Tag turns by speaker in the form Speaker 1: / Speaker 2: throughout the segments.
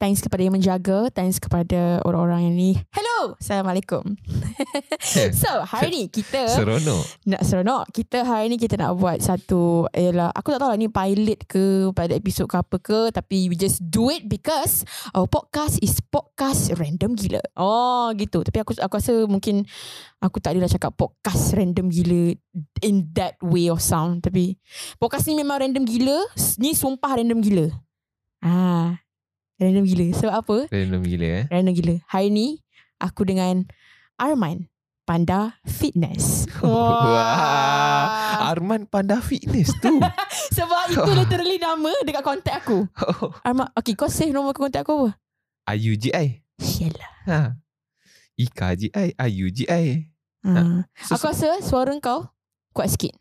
Speaker 1: Thanks kepada yang menjaga. Thanks kepada orang-orang yang ni. Hello! Assalamualaikum.
Speaker 2: Yeah.
Speaker 1: So, hari ni kita
Speaker 2: Seronok.
Speaker 1: nak seronok. Kita hari ni kita nak buat satu, ialah, aku tak tahu lah ni pilot ke, pada episod ke apa ke. Tapi we just do it because our podcast is podcast random gila. Oh, gitu. Tapi aku aku rasa mungkin aku tak adalah cakap podcast random gila in that way of sound. Tapi podcast ni memang random gila. S- Ni sumpah random gila. Ah, random gila. So, apa?
Speaker 2: Random gila eh.
Speaker 1: Random gila. Hari ni aku dengan Arman Panda Fitness. Wah.
Speaker 2: Arman Panda Fitness tu.
Speaker 1: Sebab itu literally nama dekat kontak aku.
Speaker 2: oh.
Speaker 1: Arman, okay kau save nombor kontak aku apa?
Speaker 2: IUGI.
Speaker 1: Sialah.
Speaker 2: Ha. IKGI. IUGI.
Speaker 1: Ha.
Speaker 2: So,
Speaker 1: Aku rasa suara kau kuat sikit.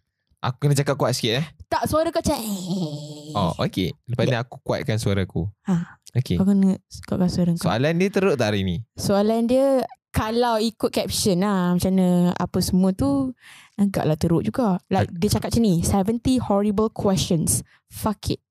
Speaker 2: aku kena cakap kuat sikit eh.
Speaker 1: Tak, suara kau macam eh.
Speaker 2: Oh, okey. Lepas ni aku kuatkan suara aku.
Speaker 1: Ha.
Speaker 2: Okey.
Speaker 1: Kau kena kuatkan suara kau.
Speaker 2: Soalan dia teruk tak hari ni?
Speaker 1: Soalan dia kalau ikut caption lah macam mana apa semua tu agaklah teruk juga. Like dia cakap macam ni, 70 horrible questions. Fuck it.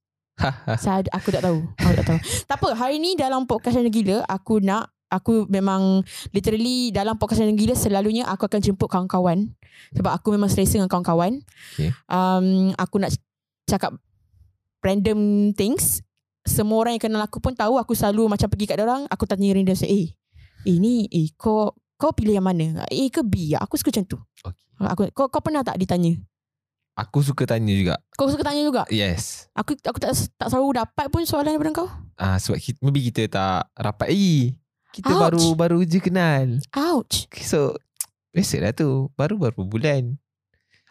Speaker 1: Saya aku tak tahu. Aku tak tahu. tak apa, hari ni dalam podcast yang gila aku nak aku memang literally dalam podcast yang gila selalunya aku akan jemput kawan-kawan sebab aku memang selesa dengan kawan-kawan.
Speaker 2: Okay.
Speaker 1: Um aku nak cakap random things semua orang yang kenal aku pun tahu aku selalu macam pergi kat orang aku tanya random say eh eh ni eh kau kau pilih yang mana A ke B aku suka macam tu
Speaker 2: Okey.
Speaker 1: aku kau kau pernah tak ditanya
Speaker 2: Aku suka tanya juga.
Speaker 1: kau suka tanya juga
Speaker 2: Yes.
Speaker 1: aku aku tak tak selalu dapat pun soalan daripada kau
Speaker 2: Ah sebab kita, maybe kita tak rapat lagi. Kita
Speaker 1: Ouch.
Speaker 2: baru baru je kenal.
Speaker 1: ouch
Speaker 2: So biasalah tu. Baru baru bulan.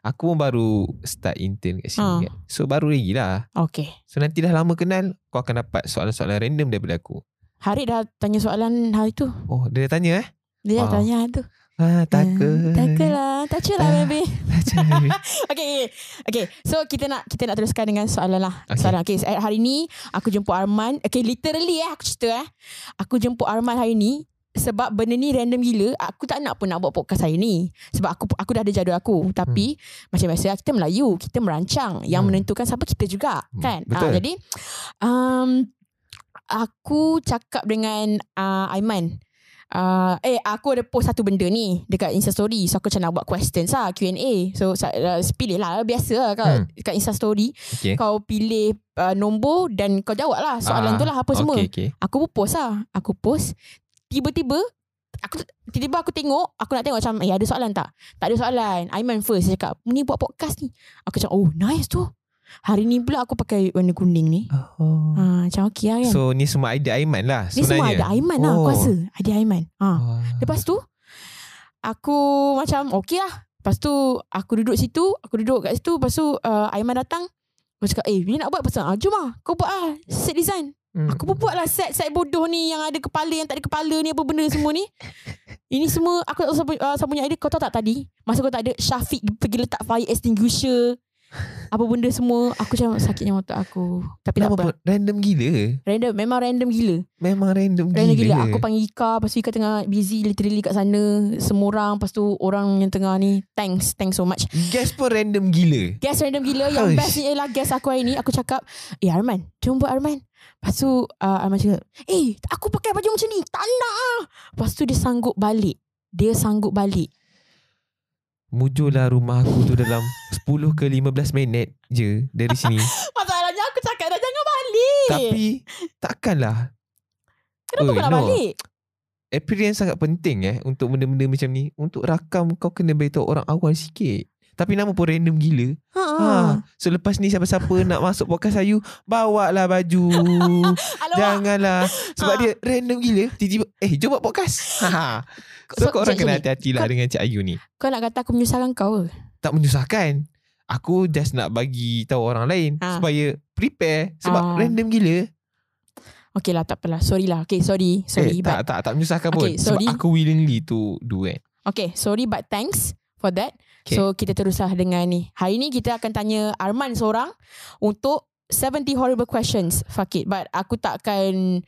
Speaker 2: Aku pun baru start intern
Speaker 1: Ah.
Speaker 2: kat sini kan. So baru lagi lah.
Speaker 1: okay
Speaker 2: So nanti dah lama kenal Kau akan dapat soalan-soalan random daripada aku
Speaker 1: Harid dah tanya soalan hari tu
Speaker 2: Oh dia dah tanya eh
Speaker 1: dia dah
Speaker 2: Wow.
Speaker 1: tanya hari tu
Speaker 2: ah,
Speaker 1: Ah,
Speaker 2: Takut
Speaker 1: takut lah tak cakap lah
Speaker 2: Ah.
Speaker 1: baby
Speaker 2: Takut
Speaker 1: Okay, okay. okay. So kita nak kita nak teruskan dengan soalan lah. Okay.
Speaker 2: Okay.
Speaker 1: Soalan. Okay, so hari ni aku jemput Arman. Okay, literally eh aku cerita eh. Aku jemput Arman hari ni sebab benda ni random gila. Aku tak nak pun nak buat podcast hari ni. Sebab aku aku dah ada jadual aku. Tapi hmm. macam biasa kita Melayu, kita merancang. Yang
Speaker 2: Hmm.
Speaker 1: menentukan siapa kita juga,
Speaker 2: Hmm,
Speaker 1: kan? Ah,
Speaker 2: betul.
Speaker 1: jadi um, aku cakap dengan uh, Aiman Uh, eh aku ada post satu benda ni dekat Insta story so aku macam nak buat questions lah Q&A so sa- uh, pilih lah biasa lah kat, hmm.
Speaker 2: Hmm.
Speaker 1: kat Insta story
Speaker 2: okay.
Speaker 1: kau pilih uh, nombor dan kau jawab lah soalan
Speaker 2: Ah,
Speaker 1: tu lah apa semua
Speaker 2: okay, okay.
Speaker 1: aku pun post lah aku post tiba-tiba aku tiba-tiba aku tengok aku nak tengok macam eh ada soalan tak tak ada soalan Aiman first dia cakap ni buat podcast ni aku macam oh nice tu hari ni pula aku pakai warna kuning ni
Speaker 2: Oh.
Speaker 1: ha, macam okey lah kan
Speaker 2: So ni semua idea Aiman lah
Speaker 1: Ni semua
Speaker 2: sebenarnya
Speaker 1: ada Aiman lah Aku
Speaker 2: Oh.
Speaker 1: rasa Ada Aiman ha.
Speaker 2: Ah.
Speaker 1: Lepas tu Aku macam Okay lah Lepas tu Aku duduk situ Aku duduk kat situ Lepas tu uh, Aiman datang Aku cakap Eh bila nak buat pasal ah, Jom lah Kau buat lah Set design
Speaker 2: Hmm.
Speaker 1: Aku pun buat lah set Set bodoh ni Yang ada kepala Yang tak ada kepala ni Apa benda semua ni Ini semua Aku tak tahu siapa, uh, siapa punya idea Kau tahu tak tadi Masa kau tak ada Syafiq pergi letak fire extinguisher Apa benda semua Aku macam sakitnya otak aku Tapi tak
Speaker 2: Kenapa
Speaker 1: apa
Speaker 2: pun random gila
Speaker 1: Random Memang random gila
Speaker 2: Memang random,
Speaker 1: Random gila. gila. Aku panggil Ika. Lepas tu Ika tengah busy literally kat sana. Semua orang. Lepas tu orang yang tengah ni. Thanks. Thanks so much.
Speaker 2: Guess pun random gila
Speaker 1: Guest random gila. Yang
Speaker 2: Hush.
Speaker 1: best ni ialah guest aku hari ni. Aku cakap. Eh Arman. Jom buat Arman. Lepas tu uh, Arman cakap. Eh aku pakai baju macam ni. Tak nak ah. Lepas tu dia sanggup balik. Dia sanggup balik.
Speaker 2: Mujurlah rumah aku tu dalam 10 ke 15 minit je Dari sini
Speaker 1: Masalahnya aku cakap dah jangan balik.
Speaker 2: Tapi Takkanlah
Speaker 1: Kenapa
Speaker 2: Oi,
Speaker 1: kau nak
Speaker 2: no.
Speaker 1: balik?
Speaker 2: experience sangat penting eh untuk benda-benda macam ni. Untuk rakam kau kena beritahu orang awal sikit. Tapi nama pun random gila.
Speaker 1: Ha.
Speaker 2: Ha. So lepas ni siapa-siapa nak masuk podcast Ayu, bawalah baju.
Speaker 1: Alamak.
Speaker 2: Janganlah. Sebab
Speaker 1: Ah.
Speaker 2: dia random gila. Tiba-tiba, eh jom buat podcast. Ha.
Speaker 1: So,
Speaker 2: So, so kau orang
Speaker 1: macam ni,
Speaker 2: kena hati-hati lah
Speaker 1: kau-
Speaker 2: dengan Cik Ayu ni.
Speaker 1: Kau nak kata aku menyusahkan kau ke?
Speaker 2: Tak menyusahkan. Aku just nak bagi tahu orang lain
Speaker 1: Ah.
Speaker 2: supaya prepare
Speaker 1: Ah.
Speaker 2: sebab random gila.
Speaker 1: Okay lah tak apalah. Sorry lah. Okay sorry. Sorry.
Speaker 2: eh,
Speaker 1: but
Speaker 2: tak tak tak menyusahkan
Speaker 1: Okay,
Speaker 2: okay, pun
Speaker 1: sorry.
Speaker 2: sebab aku willingly to do it.
Speaker 1: Okay, sorry but thanks for that. Okay.
Speaker 2: Okay.
Speaker 1: So kita teruslah dengan ni. Hari ni kita akan tanya Arman seorang untuk 70 horrible questions. Fuck it. But aku takkan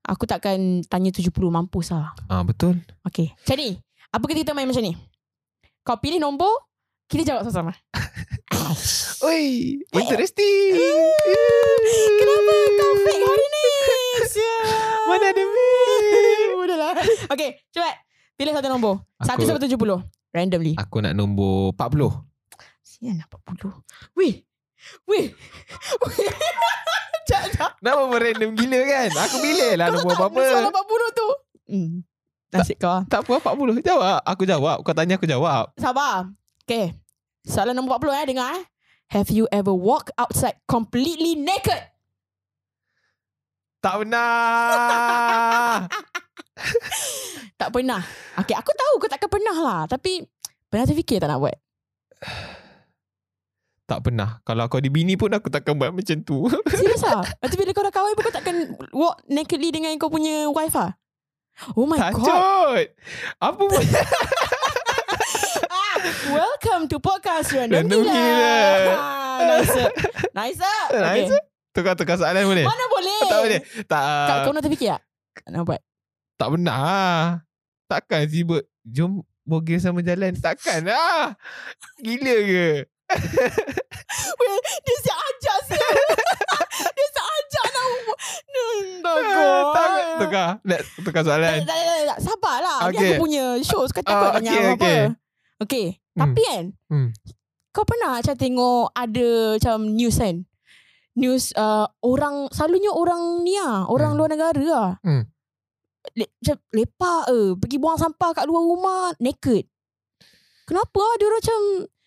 Speaker 1: aku takkan tanya 70 mampus lah.
Speaker 2: Ah betul.
Speaker 1: Okay. Macam ni. Apa kata kita main macam ni? Kau pilih nombor, kita jawab sama-sama.
Speaker 2: Oi, interesting.
Speaker 1: Kenapa kau fake hari ni? Sia.
Speaker 2: Mana ada meme
Speaker 1: Mudah lah Okay cepat Pilih satu nombor Satu
Speaker 2: Aku-
Speaker 1: sampai tujuh puluh Randomly
Speaker 2: Aku nak nombor 40
Speaker 1: Sian lah 40 Weh Weh Weh Sekejap sekejap
Speaker 2: Nama pun random gila kan Aku pilih lah
Speaker 1: Kau
Speaker 2: nombor
Speaker 1: tak
Speaker 2: apa-apa
Speaker 1: soalan 40 tu hmm. Nasib kau ah.
Speaker 2: Tak apa 40 Jawab Aku jawab Kau tanya aku jawab
Speaker 1: Sabar Okay Soalan nombor 40 eh Dengar eh Have you ever walked outside completely naked?
Speaker 2: Tak pernah
Speaker 1: Tak pernah. Okay, aku tahu kau takkan pernah lah. Tapi, pernah terfikir tak nak buat?
Speaker 2: Tak pernah Kalau kau ada bini pun Aku takkan buat macam tu
Speaker 1: Serius lah. Nanti bila kau dah kahwin pun kau takkan walk nakedly dengan kau punya wife lah. Oh my god.
Speaker 2: Tacut Apa pun
Speaker 1: Ah, welcome to podcast Random,
Speaker 2: Random
Speaker 1: Gila.
Speaker 2: Gila.
Speaker 1: Ah, nice. up. Nice. up. Okay.
Speaker 2: Nice Tukar-tukar soalan boleh
Speaker 1: Mana boleh?
Speaker 2: Tak boleh Tak
Speaker 1: Kau, kau nak terfikir tak? Nak buat.
Speaker 2: Tak pernah lah. Takkan sibuk Jom Bogil sama jalan Takkan lah Gila ke
Speaker 1: Weh, dia siap ajak sih. dia siap ajak nak buat. Tak
Speaker 2: Ah, tak, Tukar Nak tukar
Speaker 1: Tak,
Speaker 2: soalan
Speaker 1: tak, tak, tak, tak. Sabarlah. Ni
Speaker 2: Okay.
Speaker 1: aku punya show. Sekarang takut
Speaker 2: Ah,
Speaker 1: banyak
Speaker 2: okay,
Speaker 1: apa-apa.
Speaker 2: okay.
Speaker 1: Okay. okay.
Speaker 2: Hmm.
Speaker 1: Tapi kan.
Speaker 2: Hmm.
Speaker 1: Kau pernah macam tengok ada macam news kan? News uh, orang, selalunya orang ni lah. Orang
Speaker 2: Hmm.
Speaker 1: luar negara lah.
Speaker 2: Hmm.
Speaker 1: Le, macam lepak eh. Pergi buang sampah kat luar rumah. Naked. Kenapa lah dia orang macam,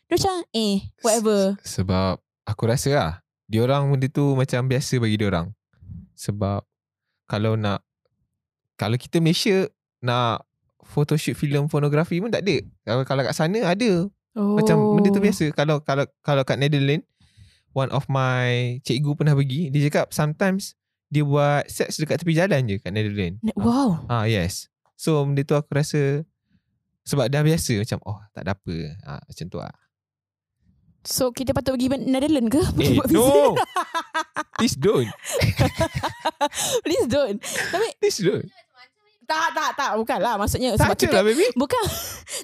Speaker 1: dia macam eh whatever.
Speaker 2: Sebab aku rasa lah diorang benda tu macam biasa bagi diorang. Sebab kalau nak kalau kita Malaysia nak photoshoot filem pornografi pun tak ada. Kalau, kalau kat sana ada.
Speaker 1: Oh.
Speaker 2: Macam benda tu biasa. Kalau kalau kalau kat Netherlands one of my cikgu pernah pergi, dia cakap sometimes dia buat seks dekat tepi jalan je kat Netherlands.
Speaker 1: Ne- Wow.
Speaker 2: Ah yes. So benda tu aku rasa sebab dah biasa macam oh tak ada apa. Ah macam tu ah.
Speaker 1: So kita patut pergi Netherlands ke? Pergi
Speaker 2: Eh,
Speaker 1: buat visit?
Speaker 2: no. Please don't.
Speaker 1: Please don't.
Speaker 2: Please don't.
Speaker 1: Tak, tak, tak. Bukan lah. Maksudnya sebab
Speaker 2: Tak
Speaker 1: kita
Speaker 2: ada lah baby.
Speaker 1: Bukan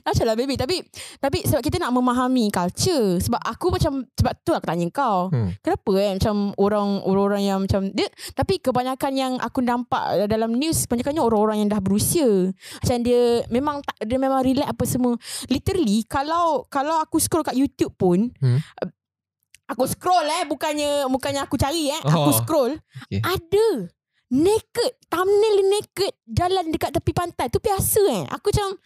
Speaker 1: Macam lah baby Tapi Tapi sebab kita nak memahami Culture Sebab aku macam Sebab tu aku tanya kau
Speaker 2: Hmm.
Speaker 1: Kenapa eh Macam orang Orang-orang yang macam dia, Tapi kebanyakan yang Aku nampak eh, Dalam news Kebanyakannya orang-orang yang dah berusia Macam dia Memang tak Dia memang relax apa semua Literally Kalau Kalau aku scroll kat YouTube pun
Speaker 2: Hmm.
Speaker 1: uh, Aku scroll eh Bukannya Bukannya aku cari eh Aku
Speaker 2: Oh.
Speaker 1: scroll
Speaker 2: Okay.
Speaker 1: Ada Naked Thumbnail dia naked Jalan dekat tepi pantai Tu biasa eh Aku macam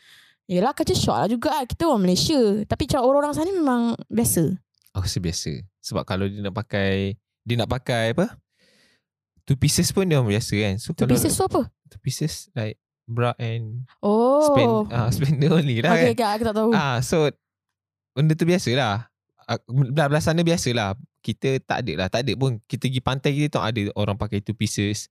Speaker 1: Yelah kerja shock lah juga lah. Kita orang Malaysia Tapi macam orang-orang sana memang biasa
Speaker 2: Aku rasa biasa. Sebab kalau dia nak pakai dia nak pakai apa? Two pieces pun dia orang biasa kan. So
Speaker 1: Two
Speaker 2: kalau
Speaker 1: pieces tu apa?
Speaker 2: two pieces like bra and
Speaker 1: Oh
Speaker 2: span ah spender only lah
Speaker 1: Okay
Speaker 2: okay,
Speaker 1: okay
Speaker 2: kan.
Speaker 1: aku tak tahu
Speaker 2: Okay. Ah so benda tu biasa lah. Ah, Belah-belah sana biasa lah. Kita tak ada lah. Tak ada pun. Kita pergi pantai kita tak ada orang pakai two pieces.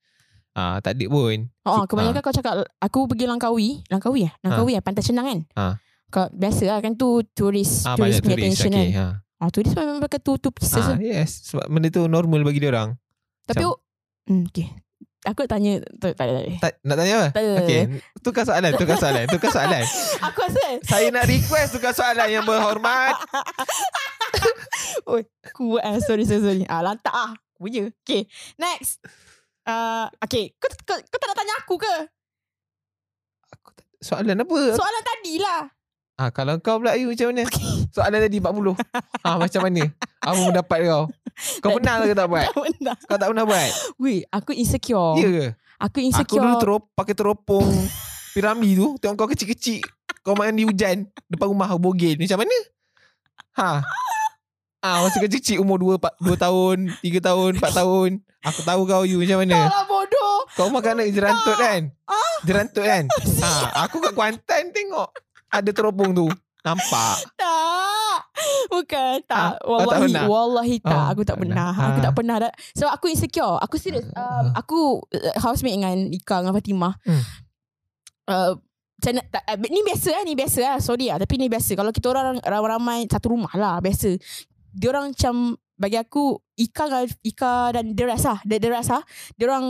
Speaker 2: Ah tak ada pun.
Speaker 1: oh,
Speaker 2: ah.
Speaker 1: Kebanyakan kau cakap Aku pergi Langkawi Langkawi eh? Langkawi eh? Pantai Senang kan?
Speaker 2: Ha.
Speaker 1: Kau, biasa lah kan tu Turis
Speaker 2: Ah
Speaker 1: Turis
Speaker 2: banyak
Speaker 1: punya
Speaker 2: turis.
Speaker 1: attention
Speaker 2: Okay.
Speaker 1: kan
Speaker 2: Ha.
Speaker 1: oh, Turis memang pakai tu Two pieces ah,
Speaker 2: Ah, yes. Sebab benda tu normal bagi dia orang.
Speaker 1: Tapi
Speaker 2: macam-
Speaker 1: hmm, Okay Aku nak tanya Tak tak tak, tak.
Speaker 2: Tak, nak tanya apa?
Speaker 1: Tak ada.
Speaker 2: Okay. Tukar soalan, tukar soalan, tukar soalan.
Speaker 1: Aku rasa
Speaker 2: Saya nak request tukar soalan yang berhormat.
Speaker 1: Kuat eh Sorry sorry sorry ah, Lantak ah Punya Okay Next uh, Okay kau, kau, kau tak nak tanya aku ke
Speaker 2: Aku tak- Soalan apa? So,
Speaker 1: Soalan tadi lah
Speaker 2: ha, kalau kau pula you macam mana? Soalan tadi 40. ha, macam mana? Apa pendapat kau? Kau
Speaker 1: Tak-
Speaker 2: pernah ke tak buat?
Speaker 1: Tak pernah
Speaker 2: Kau tak pernah buat?
Speaker 1: Weh aku insecure
Speaker 2: Ya ke?
Speaker 1: Aku
Speaker 2: Aku
Speaker 1: insecure
Speaker 2: dulu terop, pakai teropong piramid tu. Tengok kau kecil-kecil. Kau mandi hujan. Depan rumah kau bogel. Macam mana? Ha? Ah, ha, masa kecil-kecil umur 2, 2 tahun, 3 tahun, 4 tahun. Aku tahu kau you macam mana.
Speaker 1: Alah lah bodoh
Speaker 2: Kau makan anak jerantut kan?
Speaker 1: Ah.
Speaker 2: Jerantut kan? ha, aku kat Kuantan tengok. Ada teropong tu. Nampak.
Speaker 1: Tak Bukan
Speaker 2: Ah,
Speaker 1: tak
Speaker 2: kau tak
Speaker 1: Wallahi
Speaker 2: pernah?
Speaker 1: Wallahi tak
Speaker 2: Oh,
Speaker 1: Aku tak
Speaker 2: tak
Speaker 1: pernah
Speaker 2: pernah.
Speaker 1: Aku
Speaker 2: Ah.
Speaker 1: tak pernah dah. Sebab aku insecure Aku serius um, Aku uh, Housemate dengan Ika Dengan Fatimah
Speaker 2: Hmm.
Speaker 1: uh, macam nak- tak, eh, ni biasa lah Ni biasa lah Sorry lah Tapi ni biasa Kalau kita orang ramai-ramai Satu rumah lah Biasa Dia orang macam Bagi aku Ika dengan- Ika dan The rest lah The, the rest lah Dia orang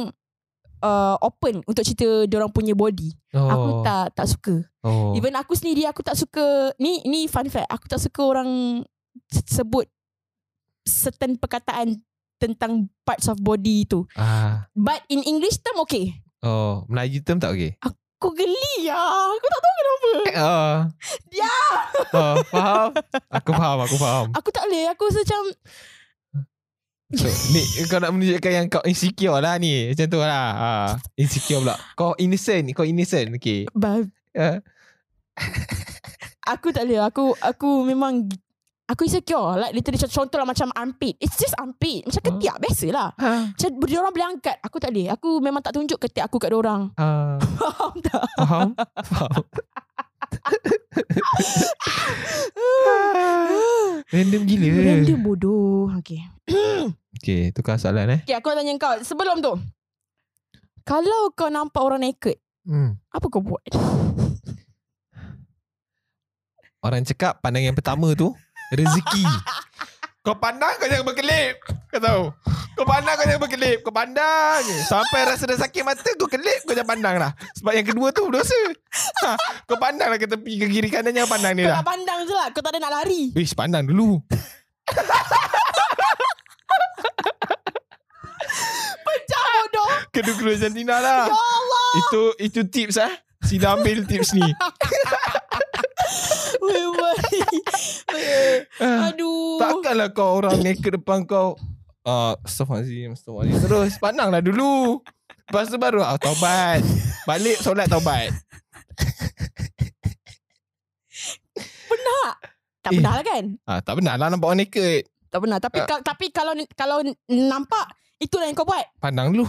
Speaker 1: uh, Open Untuk cerita Dia orang punya body
Speaker 2: Oh.
Speaker 1: Aku tak tak suka
Speaker 2: Oh.
Speaker 1: Even aku sendiri aku tak suka ni ni fun fact. Aku tak suka orang se- sebut certain perkataan tentang parts of body tu.
Speaker 2: ah.
Speaker 1: But in English term okay.
Speaker 2: Oh Melayu term tak okay
Speaker 1: Kau geli lah Aku tak tahu kenapa
Speaker 2: Oh
Speaker 1: Ya.
Speaker 2: oh, Faham Aku faham Aku faham
Speaker 1: Aku tak boleh Aku rasa macam
Speaker 2: so, ni, Kau nak menunjukkan yang kau insecure lah ni Macam tu lah ha, Insecure pula Kau innocent Kau innocent Okay
Speaker 1: bah,
Speaker 2: uh,
Speaker 1: Aku tak boleh Aku aku memang Aku insecure Like literally macam contoh lah Macam armpit It's just armpit Macam
Speaker 2: Huh?
Speaker 1: ketiak biasa lah
Speaker 2: Hmm. ha,
Speaker 1: Macam orang boleh angkat Aku tak boleh Aku memang tak tunjuk ketiak aku kat orang
Speaker 2: ha,
Speaker 1: Faham tak?
Speaker 2: Faham Faham Ha. Random gila
Speaker 1: Random bodoh Okay
Speaker 2: Okay tukar soalan eh
Speaker 1: Okay aku nak tanya kau Sebelum tu Kalau kau nampak orang naked
Speaker 2: hmm.
Speaker 1: Apa kau buat?
Speaker 2: Orang cakap pandangan pertama tu Rezeki Kau pandang kau jangan berkelip Kau tahu Kau pandang kau jangan berkelip Kau pandang je Sampai rasa dah sakit mata Kau kelip kau jangan pandang lah Sebab yang kedua tu dosa ha, Kau pandang lah ke tepi ke kiri kanan Jangan pandang dia
Speaker 1: Kau
Speaker 2: lah
Speaker 1: nak pandang je lah Kau tak ada nak lari
Speaker 2: Wish pandang dulu
Speaker 1: Pecah bodoh
Speaker 2: Kedua-kedua macam Tina lah
Speaker 1: Ya Allah
Speaker 2: Itu itu tips ah. Sila ambil tips ni
Speaker 1: Weh weh Weh. Aduh
Speaker 2: Ah, Takkanlah kau orang naked depan kau uh, Astaghfirullahaladzim Astaghfirullahaladzim Terus pandanglah dulu Lepas tu baru ah, Taubat Balik solat taubat
Speaker 1: Tak
Speaker 2: Eh.
Speaker 1: pernah lah kan
Speaker 2: ah, Tak benar lah nampak orang naked
Speaker 1: Tak pernah Tapi
Speaker 2: Ah.
Speaker 1: kal- tapi kalau kalau nampak Itulah yang kau buat
Speaker 2: Pandang dulu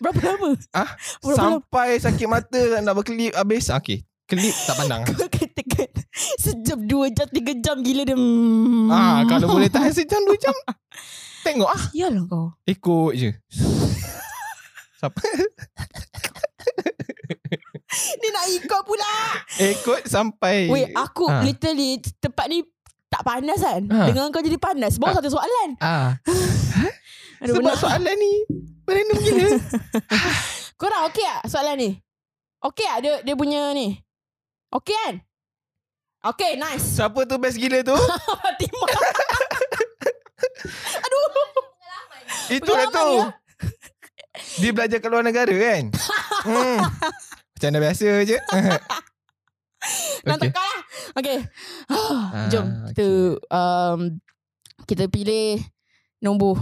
Speaker 1: Berapa lama
Speaker 2: Ah,
Speaker 1: Berapa lama
Speaker 2: Sampai sakit mata Nak berkelip Habis ah, Okay Kelip tak pandang
Speaker 1: Kau katakan Sejam dua jam Tiga jam Gila dia mm.
Speaker 2: ah, Kalau boleh tahan sejam dua jam Tengok ah
Speaker 1: Yalah Oh, kau
Speaker 2: Ikut je Siapa?
Speaker 1: Dia nak ikut pula
Speaker 2: Ikut sampai
Speaker 1: Weh aku
Speaker 2: Ah.
Speaker 1: literally Tempat ni tak panas kan
Speaker 2: Ah.
Speaker 1: Dengan kau jadi panas Baru
Speaker 2: Ah.
Speaker 1: satu soalan
Speaker 2: ah,
Speaker 1: Aduh,
Speaker 2: Sebab
Speaker 1: benar.
Speaker 2: soalan ni Random gila
Speaker 1: Korang okey tak soalan ni? Okey tak dia, dia punya ni? Okey kan? Okey, nice.
Speaker 2: Siapa tu best gila tu
Speaker 1: Fatimah.
Speaker 2: Itu lah tu
Speaker 1: Pengalaman
Speaker 2: Dia belajar kat luar negara kan hmm. Macam dah biasa je
Speaker 1: Nak
Speaker 2: Okey.
Speaker 1: kau lah. Okey. Jom.
Speaker 2: Ah,
Speaker 1: Kita, um, kita pilih nombor.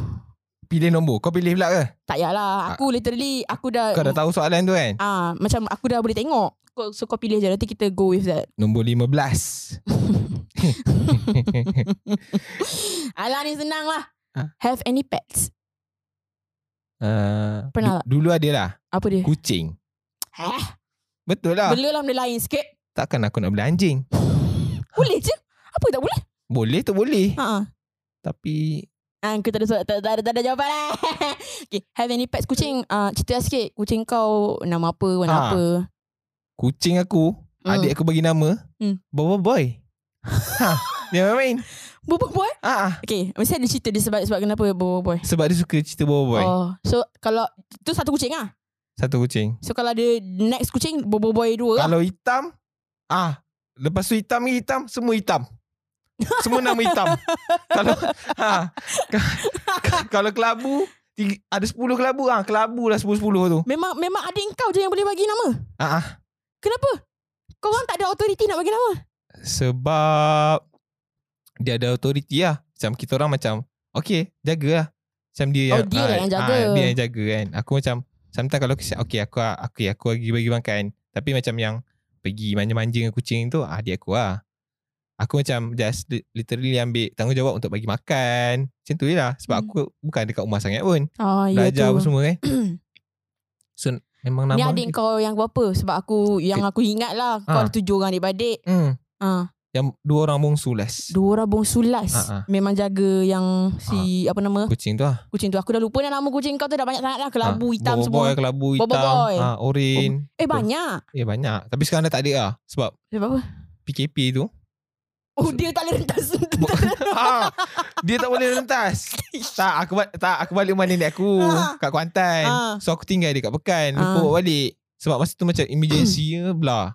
Speaker 2: Pilih nombor Kau pilih pula ke
Speaker 1: Tak payahlah. Aku literally, aku dah...
Speaker 2: Ah. Kau dah tahu soalan tu kan
Speaker 1: Ah, macam aku dah boleh tengok. Kau- So kau pilih je. Nanti kita go with that.
Speaker 2: Nombor 15
Speaker 1: Alah ni senang lah.
Speaker 2: Ah.
Speaker 1: Have any pets?
Speaker 2: uh,
Speaker 1: Pernah tak?
Speaker 2: Dulu ada lah
Speaker 1: Apa dia?
Speaker 2: Kucing
Speaker 1: Heh,
Speaker 2: Ah. Betul lah
Speaker 1: Bela lah benda lain sikit.
Speaker 2: Takkan aku nak beli anjing
Speaker 1: Boleh je. Apa tak boleh?
Speaker 2: Boleh tu boleh
Speaker 1: Ha ah.
Speaker 2: Tapi
Speaker 1: Ah, aku tak ada, soal, tak, tak, ada, tak ada jawapan lah. okay. Have any pets kucing? Uh, cerita sikit. Kucing kau nama apa, warna
Speaker 2: Ah.
Speaker 1: apa?
Speaker 2: Kucing aku
Speaker 1: Hmm.
Speaker 2: Adik aku bagi nama
Speaker 1: Hmm.
Speaker 2: Bobo Boy ha, Dia main
Speaker 1: Bobo Boy?
Speaker 2: ha, ah.
Speaker 1: eh? Okay. Mesti ada cerita dia sebab, sebab kenapa Bobo Boy?
Speaker 2: Sebab dia suka cerita Bobo Boy
Speaker 1: Oh, so kalau tu satu kucing ah.
Speaker 2: Satu kucing
Speaker 1: So kalau ada next kucing Bobo Boy dua lah.
Speaker 2: Kalau hitam ah lepas tu hitam ni hitam semua hitam. Semua nama hitam. kalau ha, ka- ka- kalau kelabu tiga, ada 10 kelabu ah kelabu lah 10 10 tu.
Speaker 1: Memang memang adik kau je yang boleh bagi nama.
Speaker 2: Ah ah.
Speaker 1: Kenapa? Kau orang tak ada authority nak bagi nama.
Speaker 2: sebab dia ada authority lah. Macam kita orang macam okay jagalah. Macam dia ah,
Speaker 1: Oh, dia lah yang jaga.
Speaker 2: dia yang jaga kan. Aku macam sometimes kalau aku siap, okay aku aku aku bagi bagi makan kan. tapi macam yang pergi manja-manja dengan kucing tu ah dia aku lah. Aku macam just li- literally ambil tanggungjawab untuk bagi makan. Macam tu je lah. Sebab
Speaker 1: Hmm.
Speaker 2: aku bukan dekat rumah sangat pun.
Speaker 1: Oh, ya
Speaker 2: Belajar apa
Speaker 1: tu.
Speaker 2: semua kan. so memang nama.
Speaker 1: Ni adik
Speaker 2: dia-
Speaker 1: kau yang berapa? Sebab aku yang aku ingat lah kau
Speaker 2: Ah.
Speaker 1: ada tujuh orang adik-adik.
Speaker 2: Hmm.
Speaker 1: Ah,
Speaker 2: Yang dua orang bongsu last.
Speaker 1: dua orang bongsu last.
Speaker 2: Ah, ah.
Speaker 1: Memang jaga yang si
Speaker 2: Ha.
Speaker 1: apa nama?
Speaker 2: Kucing tu lah.
Speaker 1: Kucing tu Aku dah lupa dah nama kucing kau tu Dah banyak sangat lah Kelabu
Speaker 2: Ah,
Speaker 1: hitam
Speaker 2: Bobo
Speaker 1: semua
Speaker 2: Boy, kelabu
Speaker 1: Bobo
Speaker 2: hitam.
Speaker 1: Boy.
Speaker 2: Ah, oren.
Speaker 1: Eh banyak
Speaker 2: Eh banyak. Tapi sekarang dah tak ada lah. Sebab
Speaker 1: Sebab apa
Speaker 2: PKP tu.
Speaker 1: Oh dia tak boleh rentas
Speaker 2: Bo- ha, dia tak boleh rentas. tak, aku ba- tak aku balik rumah nenek aku
Speaker 1: Ah.
Speaker 2: kat Kuantan.
Speaker 1: Ah.
Speaker 2: So aku tinggal dekat Pekan. Lupa
Speaker 1: Ah.
Speaker 2: bawa balik. Sebab masa tu macam emergency ke bla.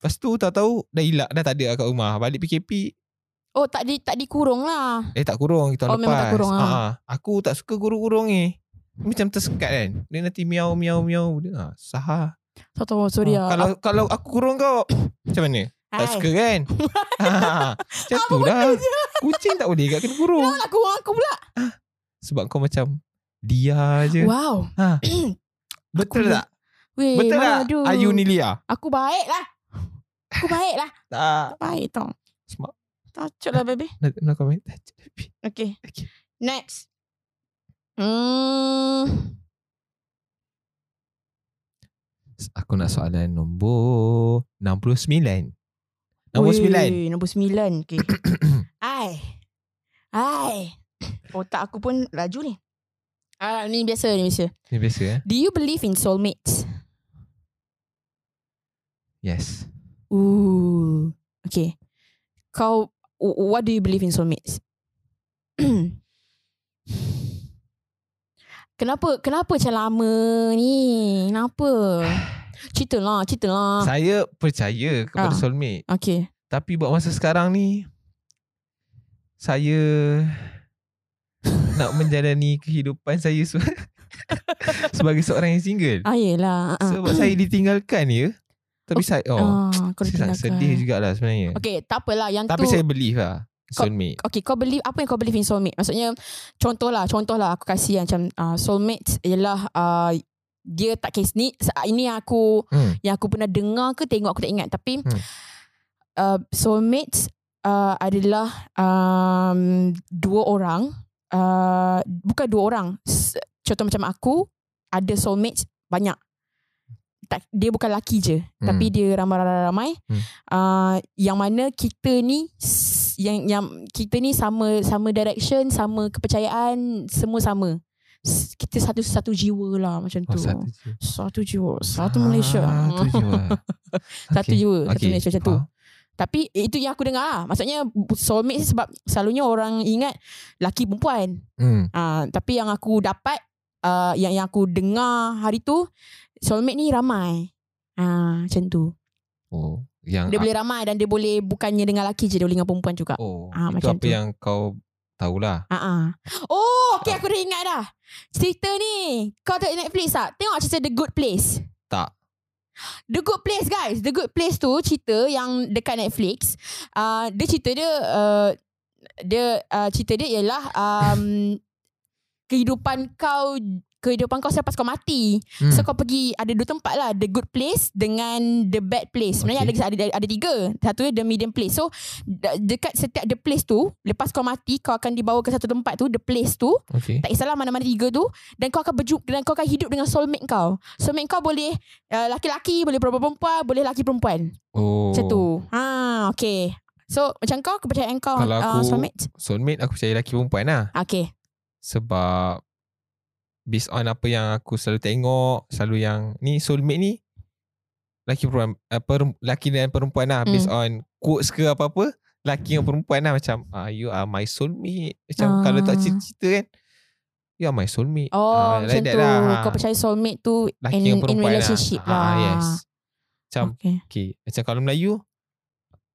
Speaker 2: Lepas tu tak tahu dah hilang dah tak ada lah kat rumah. Balik PKP
Speaker 1: Oh tak di tak dikurung lah
Speaker 2: eh tak kurung kita
Speaker 1: Oh,
Speaker 2: lepas. Ha,
Speaker 1: memang tak kurung, ah.
Speaker 2: Ah, ah. Aku tak suka kurung-kurung ni. Macam tersekat kan Dia nanti miau miau miau Dia ha, sahar
Speaker 1: Tak tahu Sorry lah
Speaker 2: ha, Kalau kalau aku kurung kau Macam mana Tak
Speaker 1: Hai.
Speaker 2: suka kan ha, Macam
Speaker 1: Apa
Speaker 2: tu lah
Speaker 1: benda je?
Speaker 2: Kucing tak boleh kat kena kurung
Speaker 1: Nak kurung aku pula
Speaker 2: Sebab kau macam Dia je
Speaker 1: Wow
Speaker 2: ha,
Speaker 1: aku
Speaker 2: Betul
Speaker 1: ni-
Speaker 2: tak
Speaker 1: Weh,
Speaker 2: Betul tak
Speaker 1: aduh.
Speaker 2: Ayu Nilia
Speaker 1: Aku baik lah Aku baik lah
Speaker 2: Tak
Speaker 1: Baik tau
Speaker 2: Smart
Speaker 1: Tajuk lah baby
Speaker 2: No, no comment Touch the
Speaker 1: Okay,
Speaker 2: Okay.
Speaker 1: Next Hmm
Speaker 2: Aku nak soalan nombor 69. Nombor
Speaker 1: Weh, Nombor sembilan Okay Ai Ai Otak aku pun laju ni Ah, ni biasa ni biasa
Speaker 2: 9. Ni biasa eh?
Speaker 1: Do you believe in soulmates?
Speaker 2: Yes.
Speaker 1: Ooh Okay Kau wh- What do you believe in soulmates? kenapa Kenapa macam lama ni? Kenapa? Cerita lah Cerita lah
Speaker 2: Saya percaya kepada
Speaker 1: Ah.
Speaker 2: soulmate.
Speaker 1: Okay
Speaker 2: Tapi buat masa sekarang ni saya nak menjalani kehidupan saya se- sebagai seorang yang single.
Speaker 1: Ah yelah ah, ah.
Speaker 2: Sebab saya ditinggalkan ya. Tapi saya oh,
Speaker 1: Ah, kau
Speaker 2: saya sangat sedih jugalah sebenarnya.
Speaker 1: Okay tak apalah Yang tu
Speaker 2: Tapi saya believe lah
Speaker 1: Kau-
Speaker 2: soulmate.
Speaker 1: Okay kau believe Apa yang kau believe in soulmate Maksudnya Contohlah Contohlah aku kasih yang macam uh, Soulmate Ialah uh, Dia tak kes ni sa- Ini yang aku
Speaker 2: Hmm.
Speaker 1: Yang aku pernah dengar ke Tengok aku tak ingat Tapi
Speaker 2: Hmm.
Speaker 1: uh, Soulmates uh, Adalah um, Dua orang uh, Bukan dua orang S- Contoh macam aku Ada soulmates Banyak tak, dia bukan laki je hmm. tapi dia ramai-ramai hmm.
Speaker 2: Hmm.
Speaker 1: uh, yang mana kita ni s- yang yang kita ni sama sama direction sama kepercayaan semua sama S- kita satu satu jiwa lah macam tu
Speaker 2: Oh, satu Ah, je.
Speaker 1: satu jiwa satu Malaysia Ah,
Speaker 2: Satu jiwa.
Speaker 1: Satu
Speaker 2: Okey.
Speaker 1: jiwa, satu
Speaker 2: Okey,
Speaker 1: Malaysia macam tu.
Speaker 2: lah. faham.
Speaker 1: tapi itu yang aku dengar lah maksudnya soulmate ni sebab selalunya orang ingat laki perempuan
Speaker 2: Hmm.
Speaker 1: uh, tapi yang aku dapat uh, yang yang aku dengar hari tu soulmate ni ramai Ah, macam tu.
Speaker 2: Oh, yang
Speaker 1: Dia boleh ramai dan dia boleh bukannya dengan laki je, dia boleh dengan perempuan juga.
Speaker 2: Oh,
Speaker 1: Ah,
Speaker 2: itu
Speaker 1: macam
Speaker 2: apa
Speaker 1: tu.
Speaker 2: yang kau tahulah.
Speaker 1: Ah ah. Oh, okay aku dah ingat dah. Cerita ni. Kau tengok Netflix tak? Tengok cerita The Good Place.
Speaker 2: Tak.
Speaker 1: The Good Place guys. The Good Place tu cerita yang dekat Netflix. Uh, dia cerita dia uh, dia uh, cerita dia ialah um, kehidupan kau kehidupan kau selepas kau mati.
Speaker 2: Hmm.
Speaker 1: So kau pergi ada dua tempat lah, the good place dengan the bad place. Sebenarnya
Speaker 2: Okay.
Speaker 1: ada, ada ada tiga. Satu dia the medium place. So de- dekat setiap the place tu, lepas kau mati kau akan dibawa ke satu tempat tu, the place tu.
Speaker 2: okay.
Speaker 1: Tak kisahlah mana-mana tiga tu dan kau akan berjumpa dan kau akan hidup dengan soulmate kau. Soulmate kau boleh uh, laki-laki, boleh perempuan-perempuan, boleh laki perempuan.
Speaker 2: Oh.
Speaker 1: Macam tu. Ha, okay. So macam kau kepercayaan kau
Speaker 2: Kalau
Speaker 1: uh,
Speaker 2: aku-
Speaker 1: soulmate?
Speaker 2: Soulmate aku percaya lelaki perempuan lah.
Speaker 1: Okay.
Speaker 2: Sebab based on apa yang aku selalu tengok, selalu yang ni soulmate ni lelaki perempuan apa lelaki dan perempuan lah
Speaker 1: Hmm.
Speaker 2: based on quotes ke apa-apa lelaki dengan perempuan lah macam ah, you are my soulmate macam
Speaker 1: Ah.
Speaker 2: kalau tak cerita-cerita kan you are my soulmate
Speaker 1: Oh,
Speaker 2: Ah,
Speaker 1: macam
Speaker 2: like that
Speaker 1: tu.
Speaker 2: lah, ha.
Speaker 1: Kau percaya soulmate tu
Speaker 2: lelaki
Speaker 1: in,
Speaker 2: dengan
Speaker 1: in
Speaker 2: perempuan
Speaker 1: relationship
Speaker 2: lah,
Speaker 1: lah.
Speaker 2: Ah, yes macam
Speaker 1: Okay.
Speaker 2: Okay Macam kalau Melayu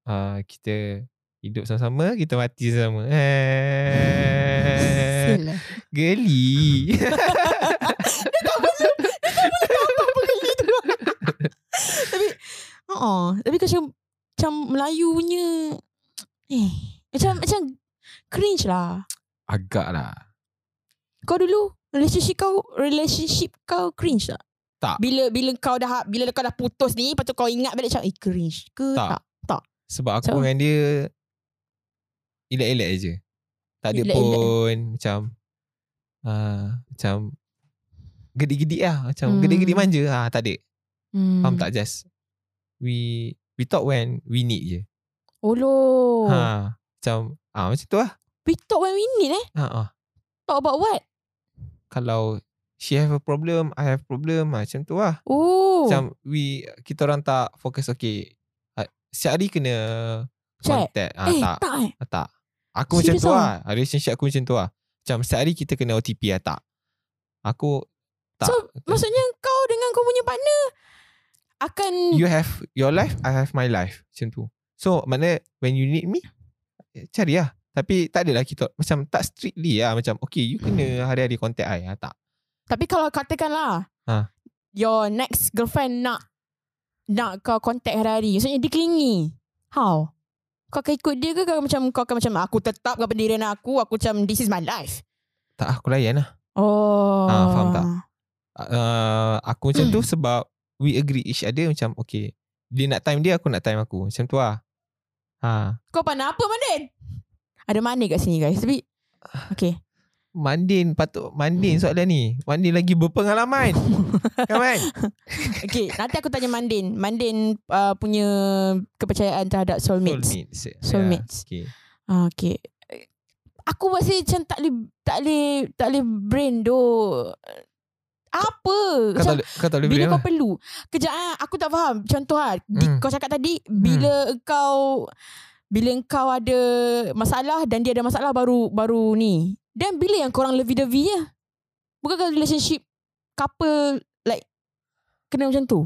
Speaker 2: uh, Kita Hidup sama-sama Kita mati sama-sama eh,
Speaker 1: Sial lah.
Speaker 2: Geli
Speaker 1: Oh, tapi kau macam macam Melayunya eh macam macam cringe lah.
Speaker 2: Agak lah
Speaker 1: Kau dulu relationship kau relationship kau cringe tak?
Speaker 2: Tak.
Speaker 1: Bila bila kau dah bila kau dah putus ni, lepas tu kau ingat balik macam eh cringe ke tak?
Speaker 2: Tak. Sebab aku
Speaker 1: So-
Speaker 2: so, dengan dia Elak-elak je Tak ada
Speaker 1: Elak-elak.
Speaker 2: pun Macam uh, Macam Gedik-gedik lah Macam
Speaker 1: Hmm.
Speaker 2: gedik-gedik manja ah, Tak ada
Speaker 1: Hmm.
Speaker 2: Faham tak just We We talk when We need je
Speaker 1: Olo. Ha.
Speaker 2: ha, Macam ah, Macam tu lah
Speaker 1: We talk when we need eh.
Speaker 2: ha, ah.
Speaker 1: Talk about what?
Speaker 2: kalau she have a problem, I have problem ah, macam tu lah.
Speaker 1: Oh.
Speaker 2: Macam we kita orang tak fokus okay. Ah, Setiap hari kena
Speaker 1: Chat.
Speaker 2: contact. Ah,
Speaker 1: eh,
Speaker 2: tak.
Speaker 1: tak. eh.
Speaker 2: Ah, tak. Aku macam
Speaker 1: Serious
Speaker 2: tu
Speaker 1: ah?
Speaker 2: lah. Ah, Relationship aku macam tu lah. Macam setiap hari kita kena OTP lah tak. Aku tak.
Speaker 1: So, Maksudnya kau dengan kau punya partner akan
Speaker 2: you have your life, I have my life. Macam tu. So maknanya when you need me, eh, cari
Speaker 1: Hmm.
Speaker 2: ah. lah. Tapi tak adalah kita macam tak strictly lah. Macam okay you kena hari-hari contact I. Ah, tak.
Speaker 1: Tapi kalau katakanlah
Speaker 2: Ha.
Speaker 1: Your next girlfriend nak Nak kau contact hari-hari Maksudnya dia clingy How? Kau akan ikut dia ke kau macam Kau akan macam Aku tetap kau pendirian aku Aku macam This is my life
Speaker 2: Tak aku layan lah
Speaker 1: Oh
Speaker 2: Ah, faham tak? uh, Aku macam
Speaker 1: Hmm.
Speaker 2: tu sebab We agree each other macam Okay Dia nak time dia Aku nak time aku Macam tu lah ha.
Speaker 1: Kau pandang apa Mandin? Ada mana kat sini guys Tapi Okay
Speaker 2: Mandin patut
Speaker 1: Hmm.
Speaker 2: Mandin soalan ni Mandin lagi berpengalaman Kan Man
Speaker 1: Okay Nanti aku tanya Mandin Mandin uh, punya Kepercayaan terhadap soulmates
Speaker 2: Soulmates
Speaker 1: Soulmates.
Speaker 2: yeah. okay.
Speaker 1: Ah, okay. Eh, Aku rasa macam tak boleh tak boleh tak boleh brain doh. Apa?
Speaker 2: Kau tak
Speaker 1: Macam
Speaker 2: boleh Kau tak boleh
Speaker 1: bila
Speaker 2: blame
Speaker 1: kau
Speaker 2: lah.
Speaker 1: perlu. Kejap ah, aku tak faham. Contoh ah,
Speaker 2: Hmm.
Speaker 1: hmm. kau cakap tadi bila kau bila kau ada masalah dan dia ada masalah baru baru ni. Dan bila yang korang lovey-dovey ya? Bukan kalau relationship couple like kena macam tu.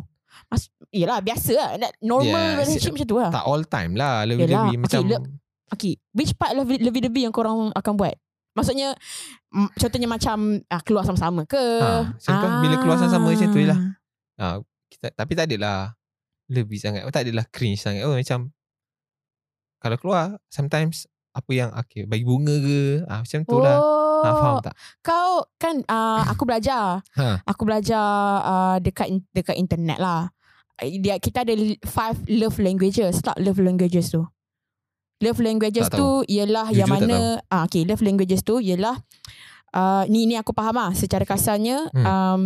Speaker 1: Mas, yelah biasa lah. That Normal
Speaker 2: Yeah,
Speaker 1: relationship macam tu lah.
Speaker 2: Tak all time lah Lebih-lebih
Speaker 1: Yelah.
Speaker 2: macam
Speaker 1: Okay, look. Okay Which part lebih, lebih lebih yang korang akan buat Maksudnya mm, Contohnya macam ah, Keluar sama-sama ke
Speaker 2: ha, Macam
Speaker 1: uh,
Speaker 2: tu Bila keluar sama-sama macam tu je
Speaker 1: ah.
Speaker 2: lah ha, kita, Tapi tak adalah Lebih sangat Tak adalah cringe sangat Oh macam Kalau keluar Sometimes Apa yang okay, Bagi bunga ke ha, Macam tu lah
Speaker 1: Oh
Speaker 2: ha, Faham tak
Speaker 1: Kau kan ah, Aku belajar
Speaker 2: Ha.
Speaker 1: Aku belajar ah, Dekat in- dekat internet lah Eh, dia, Kita ada li- Five love languages Tak love languages tu Love languages
Speaker 2: Tak
Speaker 1: tu Ialah
Speaker 2: Jujur
Speaker 1: yang
Speaker 2: tak
Speaker 1: mana ah, Okay love languages tu Ialah ah, Ni ni aku faham lah Secara kasarnya
Speaker 2: Hmm.
Speaker 1: um,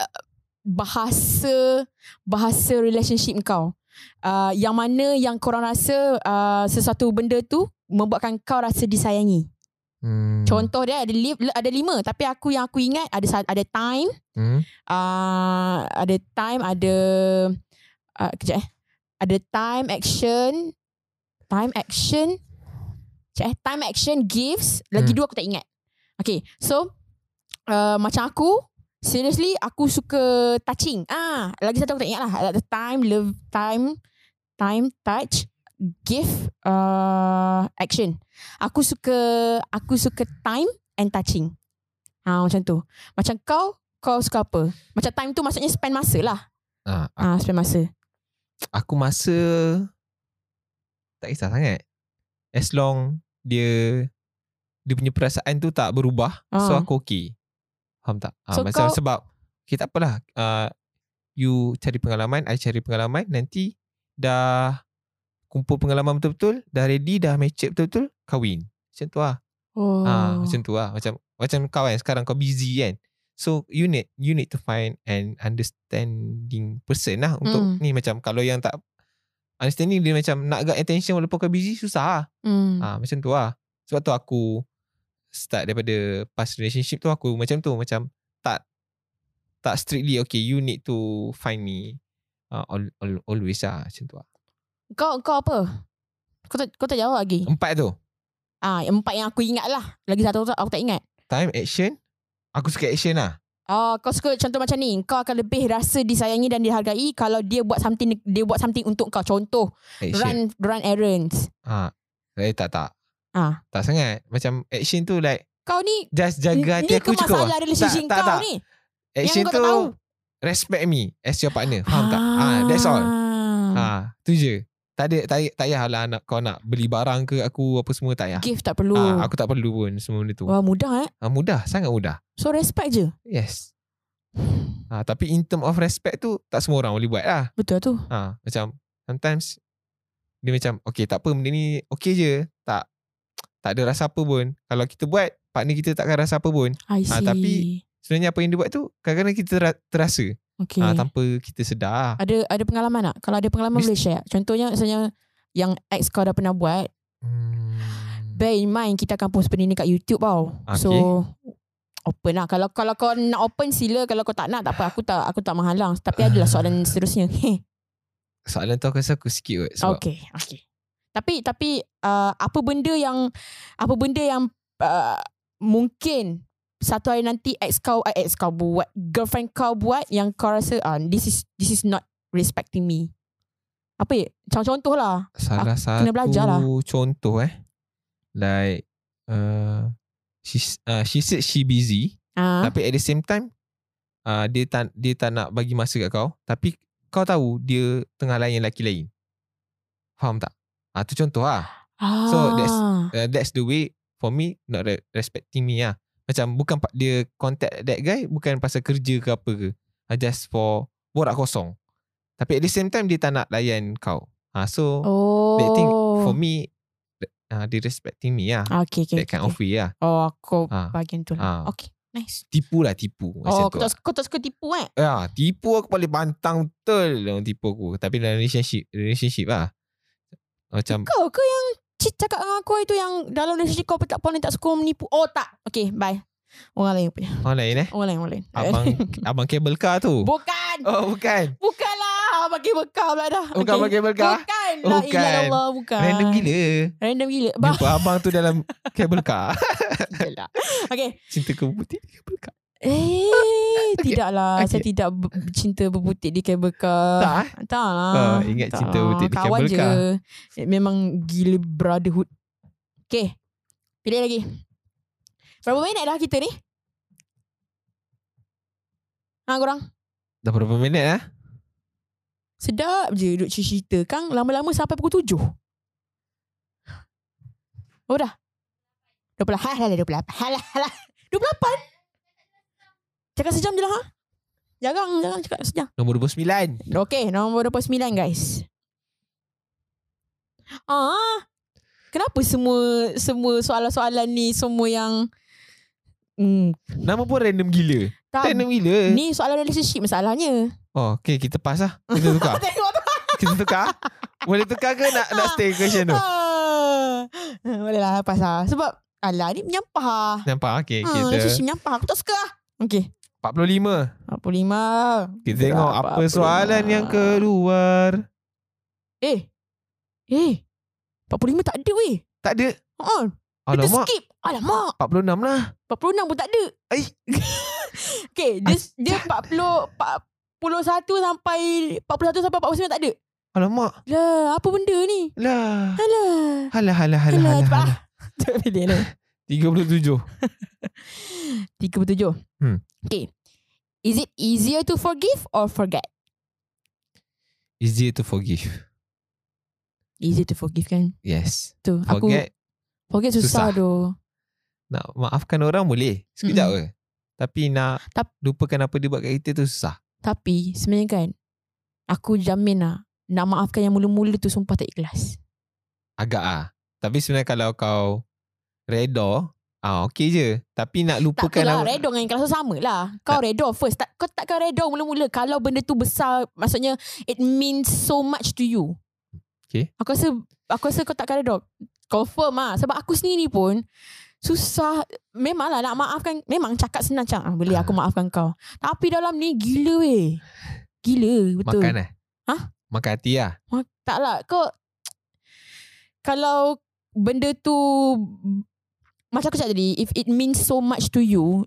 Speaker 1: ah, Bahasa Bahasa relationship kau uh, Yang mana Yang korang rasa uh, Sesuatu benda tu Membuatkan kau rasa disayangi
Speaker 2: hmm.
Speaker 1: Contoh dia ada li- ada lima tapi aku yang aku ingat ada sa- ada time,
Speaker 2: hmm.
Speaker 1: uh, ada time, ada uh, kejap eh. Ada time action, time action. Kejap eh, time action gives. Lagi dua
Speaker 2: Hmm.
Speaker 1: aku tak ingat. Okay, so uh, macam aku seriously aku suka touching. Ah, lagi satu aku tak ingat lah. Ada time, love, time, time, touch, give, uh, action. Aku suka aku suka time and touching. Ah macam tu. Macam kau kau suka apa? Macam time tu maksudnya spend masa lah.
Speaker 2: Ha, a-
Speaker 1: Ah spend masa.
Speaker 2: aku masa Tak kisah sangat As long Dia Dia punya perasaan tu tak berubah So
Speaker 1: Ah.
Speaker 2: aku okay Faham tak ha,
Speaker 1: So,
Speaker 2: macam
Speaker 1: kau-
Speaker 2: Sebab Okay tak apalah uh, You cari pengalaman I cari pengalaman Nanti Dah Kumpul pengalaman betul-betul Dah ready Dah match betul-betul Kahwin Macam tu lah
Speaker 1: Oh.
Speaker 2: ha, Macam tu lah Macam macam kau kan Sekarang kau busy kan So you need You need to find An understanding person lah Untuk
Speaker 1: Mm.
Speaker 2: ni macam Kalau yang tak Understanding dia macam Nak agak attention Walaupun kau busy Susah lah
Speaker 1: Hmm.
Speaker 2: ha, Macam tu lah Sebab tu aku Start daripada Past relationship tu Aku macam tu Macam Tak Tak strictly Okay you need to Find me uh, all, all, Always lah Macam tu lah
Speaker 1: Kau kau apa? Kau tak kau tak jawab lagi.
Speaker 2: Empat tu
Speaker 1: Ah empat yang aku ingat lah. Lagi satu tu aku tak ingat.
Speaker 2: Time action Aku suka action lah
Speaker 1: Oh, kau suka contoh macam ni. Kau akan lebih rasa disayangi dan dihargai kalau dia buat something dia buat something untuk kau. Contoh,
Speaker 2: Action
Speaker 1: run run errands.
Speaker 2: ha. Eh tak tak
Speaker 1: Ah.
Speaker 2: Tak sangat Macam action tu like
Speaker 1: Kau ni
Speaker 2: Just jaga hati
Speaker 1: ni
Speaker 2: aku
Speaker 1: ke
Speaker 2: cukup lah
Speaker 1: masalah relationship
Speaker 2: Tak, tak,
Speaker 1: kau
Speaker 2: tak.
Speaker 1: ni?
Speaker 2: Action
Speaker 1: yang kau
Speaker 2: tu
Speaker 1: tak tahu. Ah.
Speaker 2: Respect me As your partner Faham tak ha, That's all ha, Tu je tak ada tak, tak payahlah nak, kau nak beli barang ke aku apa semua tak payah.
Speaker 1: Gift tak perlu.
Speaker 2: Ha, aku tak perlu pun semua benda tu.
Speaker 1: Wah, mudah eh.
Speaker 2: Ha, mudah, sangat mudah.
Speaker 1: So respect je.
Speaker 2: Yes. Ha, tapi in term of respect tu tak semua orang boleh buat lah.
Speaker 1: Betul tu.
Speaker 2: Ha, macam sometimes dia macam okay tak apa benda ni okay je. Tak tak ada rasa apa pun. Kalau kita buat partner kita takkan rasa apa pun.
Speaker 1: I see.
Speaker 2: Ah, tapi- Sebenarnya apa yang dia buat tu kadang-kadang kita ra- terasa
Speaker 1: okay.
Speaker 2: okay. ha, tanpa kita sedar.
Speaker 1: ada ada pengalaman tak? Kalau ada pengalaman
Speaker 2: Bis-
Speaker 1: boleh share. Contohnya misalnya yang ex kau dah pernah buat,
Speaker 2: Hmm.
Speaker 1: bear in mind kita akan post benda ni kat YouTube tau.
Speaker 2: Okay.
Speaker 1: So open lah. Kalau kalau kau nak open sila, kalau kau tak nak tak apa, aku tak aku tak menghalang. Tapi adalah soalan seterusnya. Heh.
Speaker 2: Soalan tu aku rasa aku sikit kot sebab
Speaker 1: okay, okay. Tapi tapi uh, apa benda yang apa benda yang uh, mungkin satu hari nanti ex kau uh, ex kau buat girlfriend kau buat yang kau rasa uh, this is this is not respecting me. Apa ya? Contoh lah.
Speaker 2: salah satu
Speaker 1: kena belajar lah.
Speaker 2: contoh eh like uh, she uh, she said she busy
Speaker 1: Ah,
Speaker 2: Tapi at the same time uh, dia tak dia tak nak bagi masa kat kau, tapi kau tahu dia tengah layan lelaki lain. Faham tak? Ah tu contoh ah. so that's-
Speaker 1: Ah.
Speaker 2: Uh, that's the way for me not re- respecting me ah. Macam bukan pa- dia contact that guy bukan pasal kerja ke apa ke. Ah, just for borak kosong. Tapi at the same time dia tak nak layan kau. Ah so
Speaker 1: Oh.
Speaker 2: that thing for me uh, dia respecting me lah.
Speaker 1: Oh. Ah, Okay, okay.
Speaker 2: That kind
Speaker 1: okay.
Speaker 2: of way lah.
Speaker 1: Oh, aku
Speaker 2: Ah.
Speaker 1: bagian tu lah.
Speaker 2: Ah.
Speaker 1: Okay, nice.
Speaker 2: Tipu lah tipu.
Speaker 1: Oh,
Speaker 2: Macam
Speaker 1: kau
Speaker 2: tu lah.
Speaker 1: tak, kau tak suka tipu eh?
Speaker 2: Ya, tipu aku paling pantang betul orang tipu aku. Tapi dalam relationship, relationship lah. Macam
Speaker 1: Kau ke yang cik cakap dengan aku itu yang dalam relationship kau tak pandai tak suka menipu? Oh, tak. Okay, bye. Orang lain punya.
Speaker 2: orang lain eh.
Speaker 1: Orang lain, orang lain.
Speaker 2: Abang abang kabel car tu.
Speaker 1: Bukan.
Speaker 2: Oh, bukan.
Speaker 1: Bukanlah. Bagi bekal pula dah.
Speaker 2: Bukan abang kabel car.
Speaker 1: Bukan. La
Speaker 2: Bukan.
Speaker 1: ilaha illallah, bukan.
Speaker 2: Random gila.
Speaker 1: Random gila. Bah,
Speaker 2: Jumpa abang tu dalam kabel car.
Speaker 1: gila. lah. Okay.
Speaker 2: Cinta ke putih di kabel car.
Speaker 1: Eh, tidaklah.
Speaker 2: Okay.
Speaker 1: Saya tidak ber- cinta berbutik di kabel car.
Speaker 2: Tak eh?
Speaker 1: Tak lah.
Speaker 2: Ah, ingat
Speaker 1: Tak
Speaker 2: cinta
Speaker 1: lah.
Speaker 2: berbutik di
Speaker 1: Kawan
Speaker 2: kabel
Speaker 1: je. Eh,
Speaker 2: car.
Speaker 1: Memang gila brotherhood. Okay. Pilih lagi. Berapa minit dah kita ni? Ha korang?
Speaker 2: Dah berapa minit eh?
Speaker 1: Sedap je duduk cerita. Kang lama-lama sampai pukul tujuh. Oh dah. 28. Halah 28. Halah halah. 28. Cakap sejam je lah ha. Jarang jarang cakap sejam.
Speaker 2: Nombor 29.
Speaker 1: Okay nombor 29 guys. Ah. Kenapa semua semua soalan-soalan ni semua yang hmm,
Speaker 2: Nama pun random gila.
Speaker 1: tak,
Speaker 2: Random gila.
Speaker 1: ni soalan relationship masalahnya.
Speaker 2: Oh, okay kita pass lah. Kita tukar.
Speaker 1: Tengok tu.
Speaker 2: kita tukar. Boleh tukar ke nak nak stay question tu?
Speaker 1: Ah. Boleh lah lepas lah Sebab Alah ni menyampah lah
Speaker 2: Nampak? Okay,
Speaker 1: ha, Relationship
Speaker 2: kita
Speaker 1: menyampah Aku tak suka lah Okay
Speaker 2: 45.
Speaker 1: 45
Speaker 2: Kita tengok lah.
Speaker 1: Berapa
Speaker 2: apa soalan
Speaker 1: pula.
Speaker 2: yang keluar.
Speaker 1: Eh Eh 45 tak ada weh
Speaker 2: Tak ada.
Speaker 1: Ha, kita
Speaker 2: Alamak,
Speaker 1: skip Alamak
Speaker 2: 46 lah.
Speaker 1: 46 pun tak ada
Speaker 2: Ai.
Speaker 1: Okay Dia, dia 40 41 sampai 41 sampai 49 tak ada
Speaker 2: Alamak.
Speaker 1: Lah Apa benda ni
Speaker 2: Lah.
Speaker 1: Alah
Speaker 2: Halah, halah, halah,
Speaker 1: Alah,
Speaker 2: halah.
Speaker 1: cepat
Speaker 2: halah.
Speaker 1: Cepat pilih lah
Speaker 2: 37.
Speaker 1: 37
Speaker 2: Hmm.
Speaker 1: Okay Is it easier to forgive or forget?
Speaker 2: Easier to forgive.
Speaker 1: Easier to forgive kan?
Speaker 2: Yes.
Speaker 1: Tu aku
Speaker 2: Forget.
Speaker 1: forget susah,
Speaker 2: susah.
Speaker 1: doh.
Speaker 2: Nak maafkan orang boleh. Sekejap ke. Tapi nak
Speaker 1: Tap-
Speaker 2: lupakan apa dia buat kat kita tu susah.
Speaker 1: Tapi sebenarnya kan aku jamin lah nak maafkan yang mula-mula tu sumpah tak ikhlas.
Speaker 2: Agak ah. Tapi sebenarnya kalau kau reda, ah okey je. Tapi nak
Speaker 1: Tak
Speaker 2: lupakan
Speaker 1: lah,
Speaker 2: apa-
Speaker 1: redor dengan ikhlas tu sama lah. Kau redor first. Tak, kau takkan redor mula-mula kalau benda tu besar maksudnya it means so much to you.
Speaker 2: Okay.
Speaker 1: Aku rasa aku rasa kau takkan redor. Confirm lah Sebab aku sendiri pun Susah Memanglah nak maafkan Memang cakap senang cak ah, Boleh aku maafkan kau Tapi dalam ni gila weh Gila betul
Speaker 2: Makan eh.
Speaker 1: Hah?
Speaker 2: Makan hati lah.
Speaker 1: Mak- Tak lah kau Kalau benda tu Macam aku cakap tadi If it means so much to you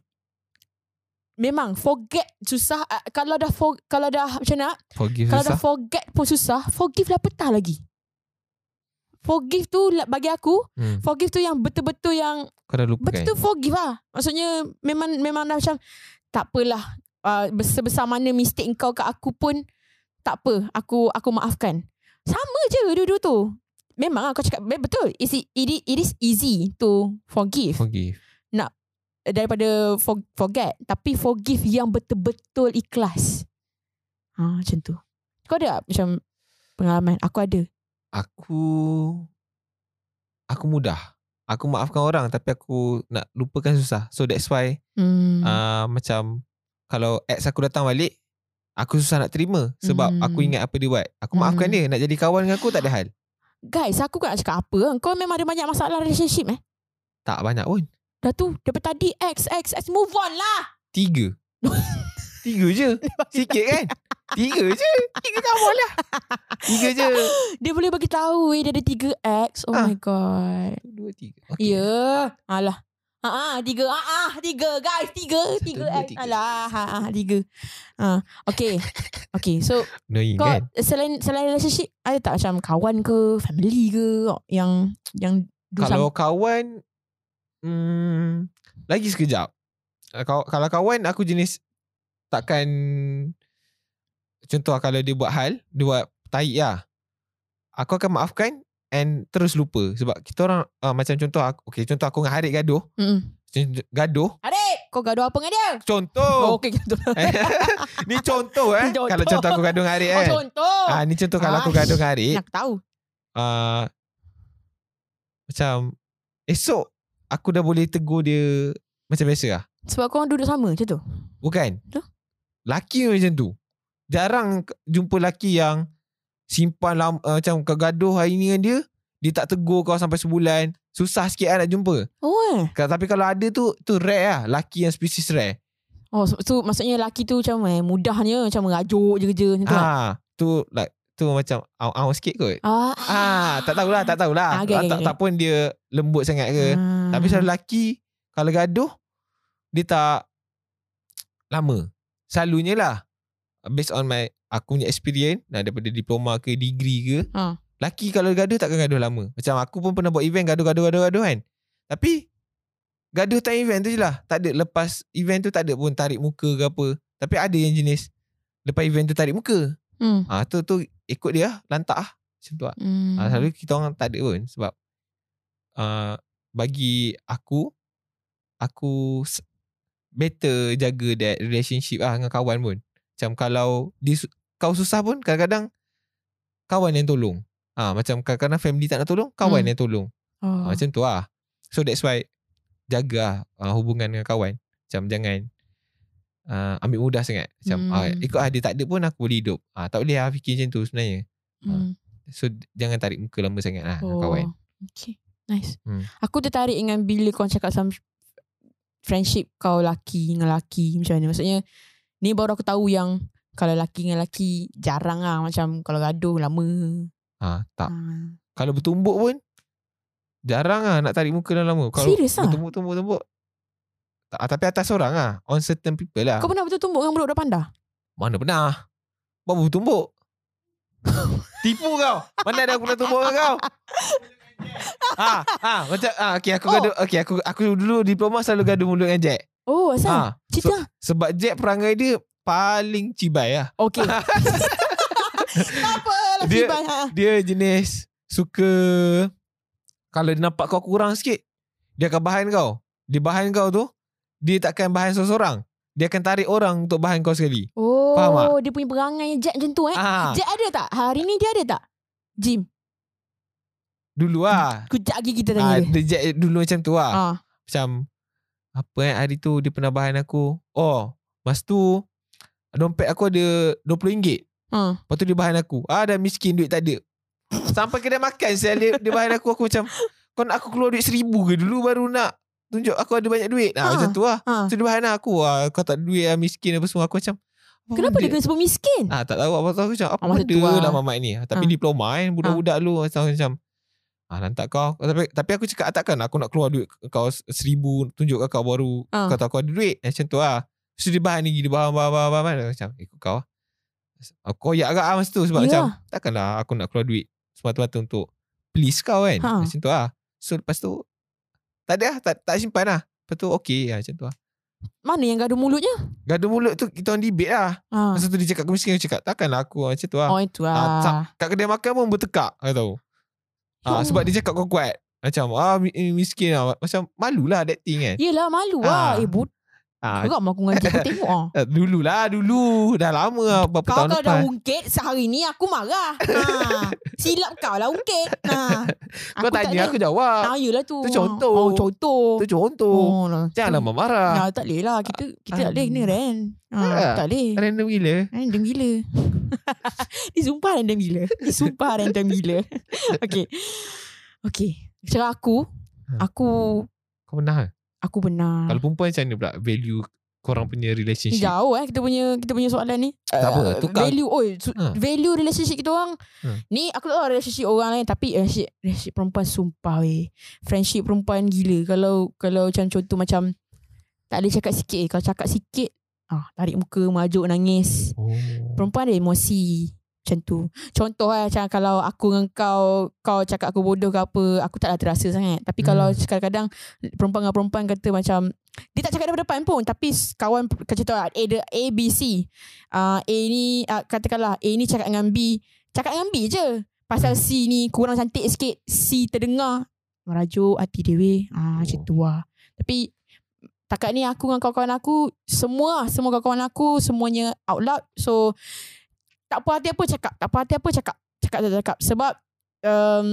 Speaker 1: Memang forget susah Ah, Kalau dah for, kalau dah macam nak
Speaker 2: Forgive
Speaker 1: Kalau dah
Speaker 2: susah.
Speaker 1: forget pun susah Forgive lah petah lagi Forgive tu la- bagi aku
Speaker 2: Hmm.
Speaker 1: Forgive tu yang betul-betul yang
Speaker 2: Kau dah lupakan.
Speaker 1: Betul tu forgive lah Maksudnya Memang memang dah macam Tak apalah uh, Sebesar mana mistake kau kat aku pun Tak apa Aku aku maafkan Sama je dua-dua tu Memang lah kau cakap be- Betul It's- It, it, it is easy to forgive
Speaker 2: Forgive.
Speaker 1: Daripada for, forget Tapi forgive yang betul-betul ikhlas ha, Macam tu Kau ada tak macam Pengalaman Aku ada
Speaker 2: Aku Aku mudah Aku maafkan orang Tapi aku nak lupakan susah So that's why
Speaker 1: hmm.
Speaker 2: hmm. uh, Macam Kalau ex aku datang balik Aku susah nak terima Sebab
Speaker 1: Hmm.
Speaker 2: aku ingat apa dia buat Aku maafkan
Speaker 1: Hmm.
Speaker 2: dia Nak jadi kawan dengan aku tak ada hal
Speaker 1: Guys aku kan nak cakap apa Kau memang ada banyak masalah relationship eh
Speaker 2: Tak banyak pun
Speaker 1: Dah tu Daripada tadi X X X Move on lah
Speaker 2: Tiga Tiga je Sikit kan Tiga je Tiga kawan lah Tiga je
Speaker 1: Dia boleh bagi tahu eh dia ada 3X. Oh
Speaker 2: Ah.
Speaker 1: my god.
Speaker 2: Satu, Dua tiga
Speaker 1: Ya. Yeah. Alah. Ha ah, tiga. Ha ah, tiga guys, tiga,
Speaker 2: Satu,
Speaker 1: tiga
Speaker 2: dua,
Speaker 1: X.
Speaker 2: tiga.
Speaker 1: Alah, ha ah, tiga. Ha. Okay. okay, so
Speaker 2: Annoying
Speaker 1: kau
Speaker 2: kan
Speaker 1: selain selain relationship ada tak macam kawan ke, family ke yang yang do
Speaker 2: Kalau kawan hmm, Lagi sekejap Kalau, kalau kawan aku jenis takkan contoh lah, kalau dia buat hal, dia buat tahi lah. Aku akan maafkan and terus lupa sebab kita orang uh, macam contoh aku okay, contoh aku dengan Harik gaduh,
Speaker 1: Mm-mm.
Speaker 2: Contoh- gaduh.
Speaker 1: Adik, kau gaduh apa dengan dia? Oh,
Speaker 2: Contoh.
Speaker 1: okay, gaduh.
Speaker 2: ni contoh eh.
Speaker 1: Contoh.
Speaker 2: Kalau contoh aku gaduh dengan Harik
Speaker 1: Oh,
Speaker 2: eh.
Speaker 1: contoh.
Speaker 2: Ah ni contoh kalau aku
Speaker 1: Ah,
Speaker 2: gaduh dengan Harik.
Speaker 1: Nak tahu.
Speaker 2: uh, macam esok aku dah boleh tegur dia macam biasa lah.
Speaker 1: Sebab korang duduk sama macam tu.
Speaker 2: Bukan?
Speaker 1: Betul.
Speaker 2: Laki macam tu. Jarang k- jumpa laki yang simpan lam, uh, macam kau gaduh hari ni dengan dia, dia tak tegur kau sampai sebulan. Susah sikit lah nak jumpa.
Speaker 1: Oh eh.
Speaker 2: Ka- Tapi kalau ada tu, tu rare lah. Laki yang spesies rare.
Speaker 1: Oh, so, so maksudnya lelaki tu macam eh, mudahnya macam merajuk je kerja macam tu lah.
Speaker 2: Ah, tu like tu macam aw-aw sikit kot.
Speaker 1: Ah,
Speaker 2: Ah, tak tahulah, tak
Speaker 1: Ah,
Speaker 2: tahulah.
Speaker 1: okay,
Speaker 2: tak,
Speaker 1: okay,
Speaker 2: tak,
Speaker 1: okay.
Speaker 2: tak pun dia lembut sangat ke.
Speaker 1: Ah.
Speaker 2: Tapi selalu lelaki Kalau gaduh Dia tak Lama Selalunya lah Based on my Aku punya experience nah, Daripada diploma ke Degree ke
Speaker 1: Ha.
Speaker 2: Lelaki kalau gaduh Takkan gaduh lama Macam aku pun pernah buat event Gaduh-gaduh-gaduh kan Tapi Gaduh time event tu je lah Tak ada lepas Event tu tak ada pun Tarik muka ke apa Tapi ada yang jenis Lepas event tu tarik muka
Speaker 1: Hmm.
Speaker 2: ha, tu, tu ikut dia lah Lantak lah Macam tu lah
Speaker 1: Hmm.
Speaker 2: Hmm. Selalu kita orang tak ada pun sebab uh, bagi aku aku s- better jaga that relationship lah dengan kawan pun. Macam kalau dia, su- kau susah pun kadang-kadang kawan yang tolong. Ah ha, macam kadang-kadang family tak nak tolong, kawan
Speaker 1: Hmm.
Speaker 2: yang tolong.
Speaker 1: Oh.
Speaker 2: Ha, macam tu lah. So that's why jaga lah uh, hubungan dengan kawan. Macam jangan uh, ambil mudah sangat. Macam
Speaker 1: Hmm.
Speaker 2: hmm. ah, ikut ah, dia tak ada pun aku boleh hidup. Ah, tak boleh lah fikir macam tu sebenarnya.
Speaker 1: Hmm.
Speaker 2: So jangan tarik muka lama sangat lah
Speaker 1: Oh.
Speaker 2: oh. Ah, kawan.
Speaker 1: Okay. Nice.
Speaker 2: Hmm.
Speaker 1: Aku tertarik dengan bila kau cakap sama friendship kau laki dengan laki macam mana. Maksudnya ni baru aku tahu yang kalau laki dengan laki jarang lah macam kalau gaduh lama.
Speaker 2: Ha, tak.
Speaker 1: Ah.
Speaker 2: Kalau bertumbuk pun jarang lah nak tarik muka dalam lama. Kalau
Speaker 1: Serius ah?
Speaker 2: bertumbuk-tumbuk-tumbuk tak, tapi atas orang lah. On certain people
Speaker 1: Ah.
Speaker 2: lah.
Speaker 1: Kau pernah betul tumbuk dengan budak-budak panda?
Speaker 2: Mana pernah? Baru bertumbuk. Tipu kau. Mana ada aku pernah tumbuk dengan kau? ha, ha, macam ha, okay, aku
Speaker 1: Oh.
Speaker 2: oh. gaduh. Okay, aku aku dulu diploma selalu gaduh mulut dengan Jack.
Speaker 1: Oh, asal?
Speaker 2: Ha,
Speaker 1: Cerita.
Speaker 2: so- sebab Jack perangai dia paling cibai lah.
Speaker 1: okay. Apa lah
Speaker 2: Dia-
Speaker 1: Siban? Ha.
Speaker 2: Dia jenis suka kalau dia nampak kau kurang sikit, dia akan bahan kau. Dia bahan kau tu, dia takkan bahan seseorang. Dia akan tarik orang untuk bahan kau sekali.
Speaker 1: Oh,
Speaker 2: Faham tak?
Speaker 1: dia punya perangai Jack macam tu eh.
Speaker 2: Ah,
Speaker 1: Jack ada tak? Hari ni dia ada tak? Jim,
Speaker 2: dulu ah.
Speaker 1: kejap lagi kita tanya
Speaker 2: Ah,
Speaker 1: dia.
Speaker 2: dia Jack dulu macam tu ah.
Speaker 1: Ah.
Speaker 2: Macam apa eh hari tu dia pernah bahan aku. Oh, masa tu dompet aku ada RM20.
Speaker 1: Ah.
Speaker 2: Lepas tu dia bahan aku. Ah dah miskin duit tak ada. Sampai kedai makan saya dia, dia bahan aku aku macam kau nak aku keluar duit seribu ke dulu baru nak tunjuk aku ada banyak duit. Ah
Speaker 1: Ha.
Speaker 2: ha. macam tu lah.
Speaker 1: Ha.
Speaker 2: So dia bahan aku ah kau tak ada duit ah miskin apa semua aku macam "Oh, apa
Speaker 1: Kenapa dia
Speaker 2: benda?
Speaker 1: kena sebut miskin?
Speaker 2: Ah tak tahu apa tahu aku macam apa
Speaker 1: Ah, masa
Speaker 2: benda
Speaker 1: tu lah.
Speaker 2: lah mamat ni. Tapi
Speaker 1: Ha.
Speaker 2: diploma kan budak-budak lu macam macam Ah lantak kau tapi, tapi aku cakap "Ah, takkan aku nak keluar duit kau seribu tunjuk kau baru
Speaker 1: Ah.
Speaker 2: kau tahu aku ada duit macam tu lah so dia bahan lagi dia bahan bahan bahan bahan, bahan. macam ikut kau lah. aku koyak agak lah masa tu sebab
Speaker 1: Ya.
Speaker 2: macam takkanlah aku nak keluar duit semata-mata untuk please kau kan
Speaker 1: Ha.
Speaker 2: macam tu lah so lepas tu tak ada lah tak, tak simpan lah lepas tu okay lah, macam tu lah
Speaker 1: Mana yang gaduh mulutnya?
Speaker 2: gaduh mulut tu kita orang debate lah
Speaker 1: Ah.
Speaker 2: masa tu dia cakap aku miskin aku cakap takkanlah aku macam tu lah
Speaker 1: Oh itu
Speaker 2: Ah,
Speaker 1: lah.
Speaker 2: kat kedai makan pun bertekak kau tahu.
Speaker 1: Ya
Speaker 2: Ah
Speaker 1: Allah.
Speaker 2: sebab dia cakap kau kuat. Macam ah mi- eh, miskin lah macam malulah that thing kan.
Speaker 1: Yelah malu
Speaker 2: Ah.
Speaker 1: lah. Eh but.
Speaker 2: Ah
Speaker 1: Kau mau aku ngaji aku tengok ah.
Speaker 2: eh, dululah dulu dah lama lah, berapa
Speaker 1: Kau
Speaker 2: tahun
Speaker 1: kalau dah
Speaker 2: lepas.
Speaker 1: ungkit sehari ni aku marah. Ha. Silap kau lah ungkit. Ha.
Speaker 2: Kau tanya aku jawab.
Speaker 1: Ah, yelah tu.
Speaker 2: Tu contoh.
Speaker 1: Oh, contoh.
Speaker 2: Tu contoh.
Speaker 1: Oh, lah.
Speaker 2: Janganlah marah.
Speaker 1: Ya, tak boleh lah. Kita, kita tak boleh
Speaker 2: Ah.
Speaker 1: kena ran. Ha,
Speaker 2: Ah.
Speaker 1: tak boleh.
Speaker 2: Random gila.
Speaker 1: Random gila. Ni sumpah random gila. Ni sumpah random gila. okay. Okay. Macam aku,
Speaker 2: Ha.
Speaker 1: aku
Speaker 2: Kau pernah ke?
Speaker 1: aku benar.
Speaker 2: Kalau perempuan macam mana pula value korang punya
Speaker 1: Ni
Speaker 2: relationship?
Speaker 1: jauh eh kita punya kita punya soalan ni.
Speaker 2: Tak apa,
Speaker 1: Uh,
Speaker 2: tukar.
Speaker 1: Value oi, su-
Speaker 2: Ha.
Speaker 1: value relationship kita orang.
Speaker 2: Ha.
Speaker 1: Ni aku tak tahu relationship orang lain tapi relationship, relationship perempuan sumpah weh. Friendship perempuan gila. Kalau kalau macam contoh macam tak boleh cakap sikit eh. Kalau cakap sikit, ah tarik muka, merajuk, nangis.
Speaker 2: Oh.
Speaker 1: Perempuan ada emosi. Macam tu Contoh lah Macam kalau aku dengan kau Kau cakap aku bodoh ke apa Aku taklah terasa sangat Tapi
Speaker 2: Hmm.
Speaker 1: hmm. kalau kadang-kadang Perempuan dengan perempuan kata macam Dia tak cakap depan-depan pun Tapi s- kawan Kau cerita lah A, the A B, C uh, A ni uh, Katakanlah A ni cakap dengan B Cakap dengan B je Pasal C ni Kurang cantik sikit C terdengar Merajuk hati dia weh ah, Macam tu lah Tapi Takat ni aku dengan kawan-kawan aku Semua lah. Semua kawan-kawan aku Semuanya out loud So Tak puas hati apa cakap Tak puas hati apa cakap Cakap tak cakap Sebab um,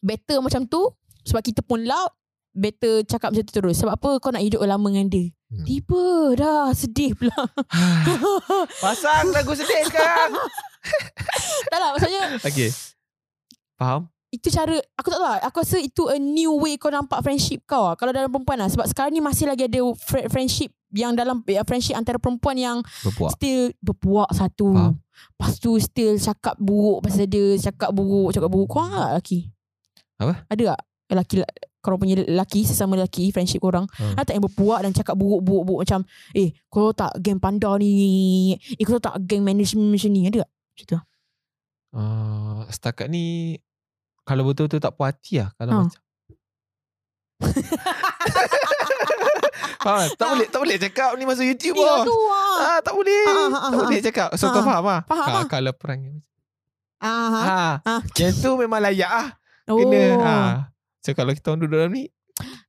Speaker 1: Better macam tu Sebab kita pun loud Better cakap macam tu terus Sebab apa kau nak hidup lama dengan dia
Speaker 2: Hmm.
Speaker 1: Tiba dah Sedih pula
Speaker 2: Pasang lagu sedih sekarang
Speaker 1: Tak lah maksudnya
Speaker 2: Okay Faham?
Speaker 1: Itu cara Aku tak tahu lah Aku rasa itu a new way Kau nampak friendship kau lah, Kalau dalam perempuan lah Sebab sekarang ni masih lagi ada fri- Friendship Yang dalam eh, Friendship antara perempuan yang
Speaker 2: Berpuak
Speaker 1: Still berpuak satu
Speaker 2: Faham.
Speaker 1: Lepas tu still cakap buruk Pasal dia Cakap buruk Cakap buruk Korang ada tak lelaki?
Speaker 2: Apa?
Speaker 1: Ada tak lelaki Korang punya lelaki Sesama lelaki Friendship korang
Speaker 2: Hmm.
Speaker 1: hmm. Ada tak yang berpuak Dan cakap buruk-buruk Macam Eh kau tahu tak geng panda ni Eh kau tahu tak geng management macam ni Ada tak? Macam tu
Speaker 2: uh, Setakat ni Kalau betul-betul tak puas hati lah Kalau
Speaker 1: Ha.
Speaker 2: macam Faham? tak? Tak boleh tak boleh cakap ni masuk YouTube
Speaker 1: Dia
Speaker 2: lah.
Speaker 1: tu ah.
Speaker 2: Ah, tak boleh.
Speaker 1: Ah, ah, ah,
Speaker 2: tak
Speaker 1: ah,
Speaker 2: boleh cakap. So kau
Speaker 1: Ah,
Speaker 2: ha. faham ah?
Speaker 1: faham
Speaker 2: Ah,
Speaker 1: ah.
Speaker 2: Kalau perang
Speaker 1: Ah,
Speaker 2: ha. ha.
Speaker 1: Ah.
Speaker 2: Yang tu memang layak ah.
Speaker 1: oh.
Speaker 2: Kena. Ha. So kalau kita orang duduk dalam ni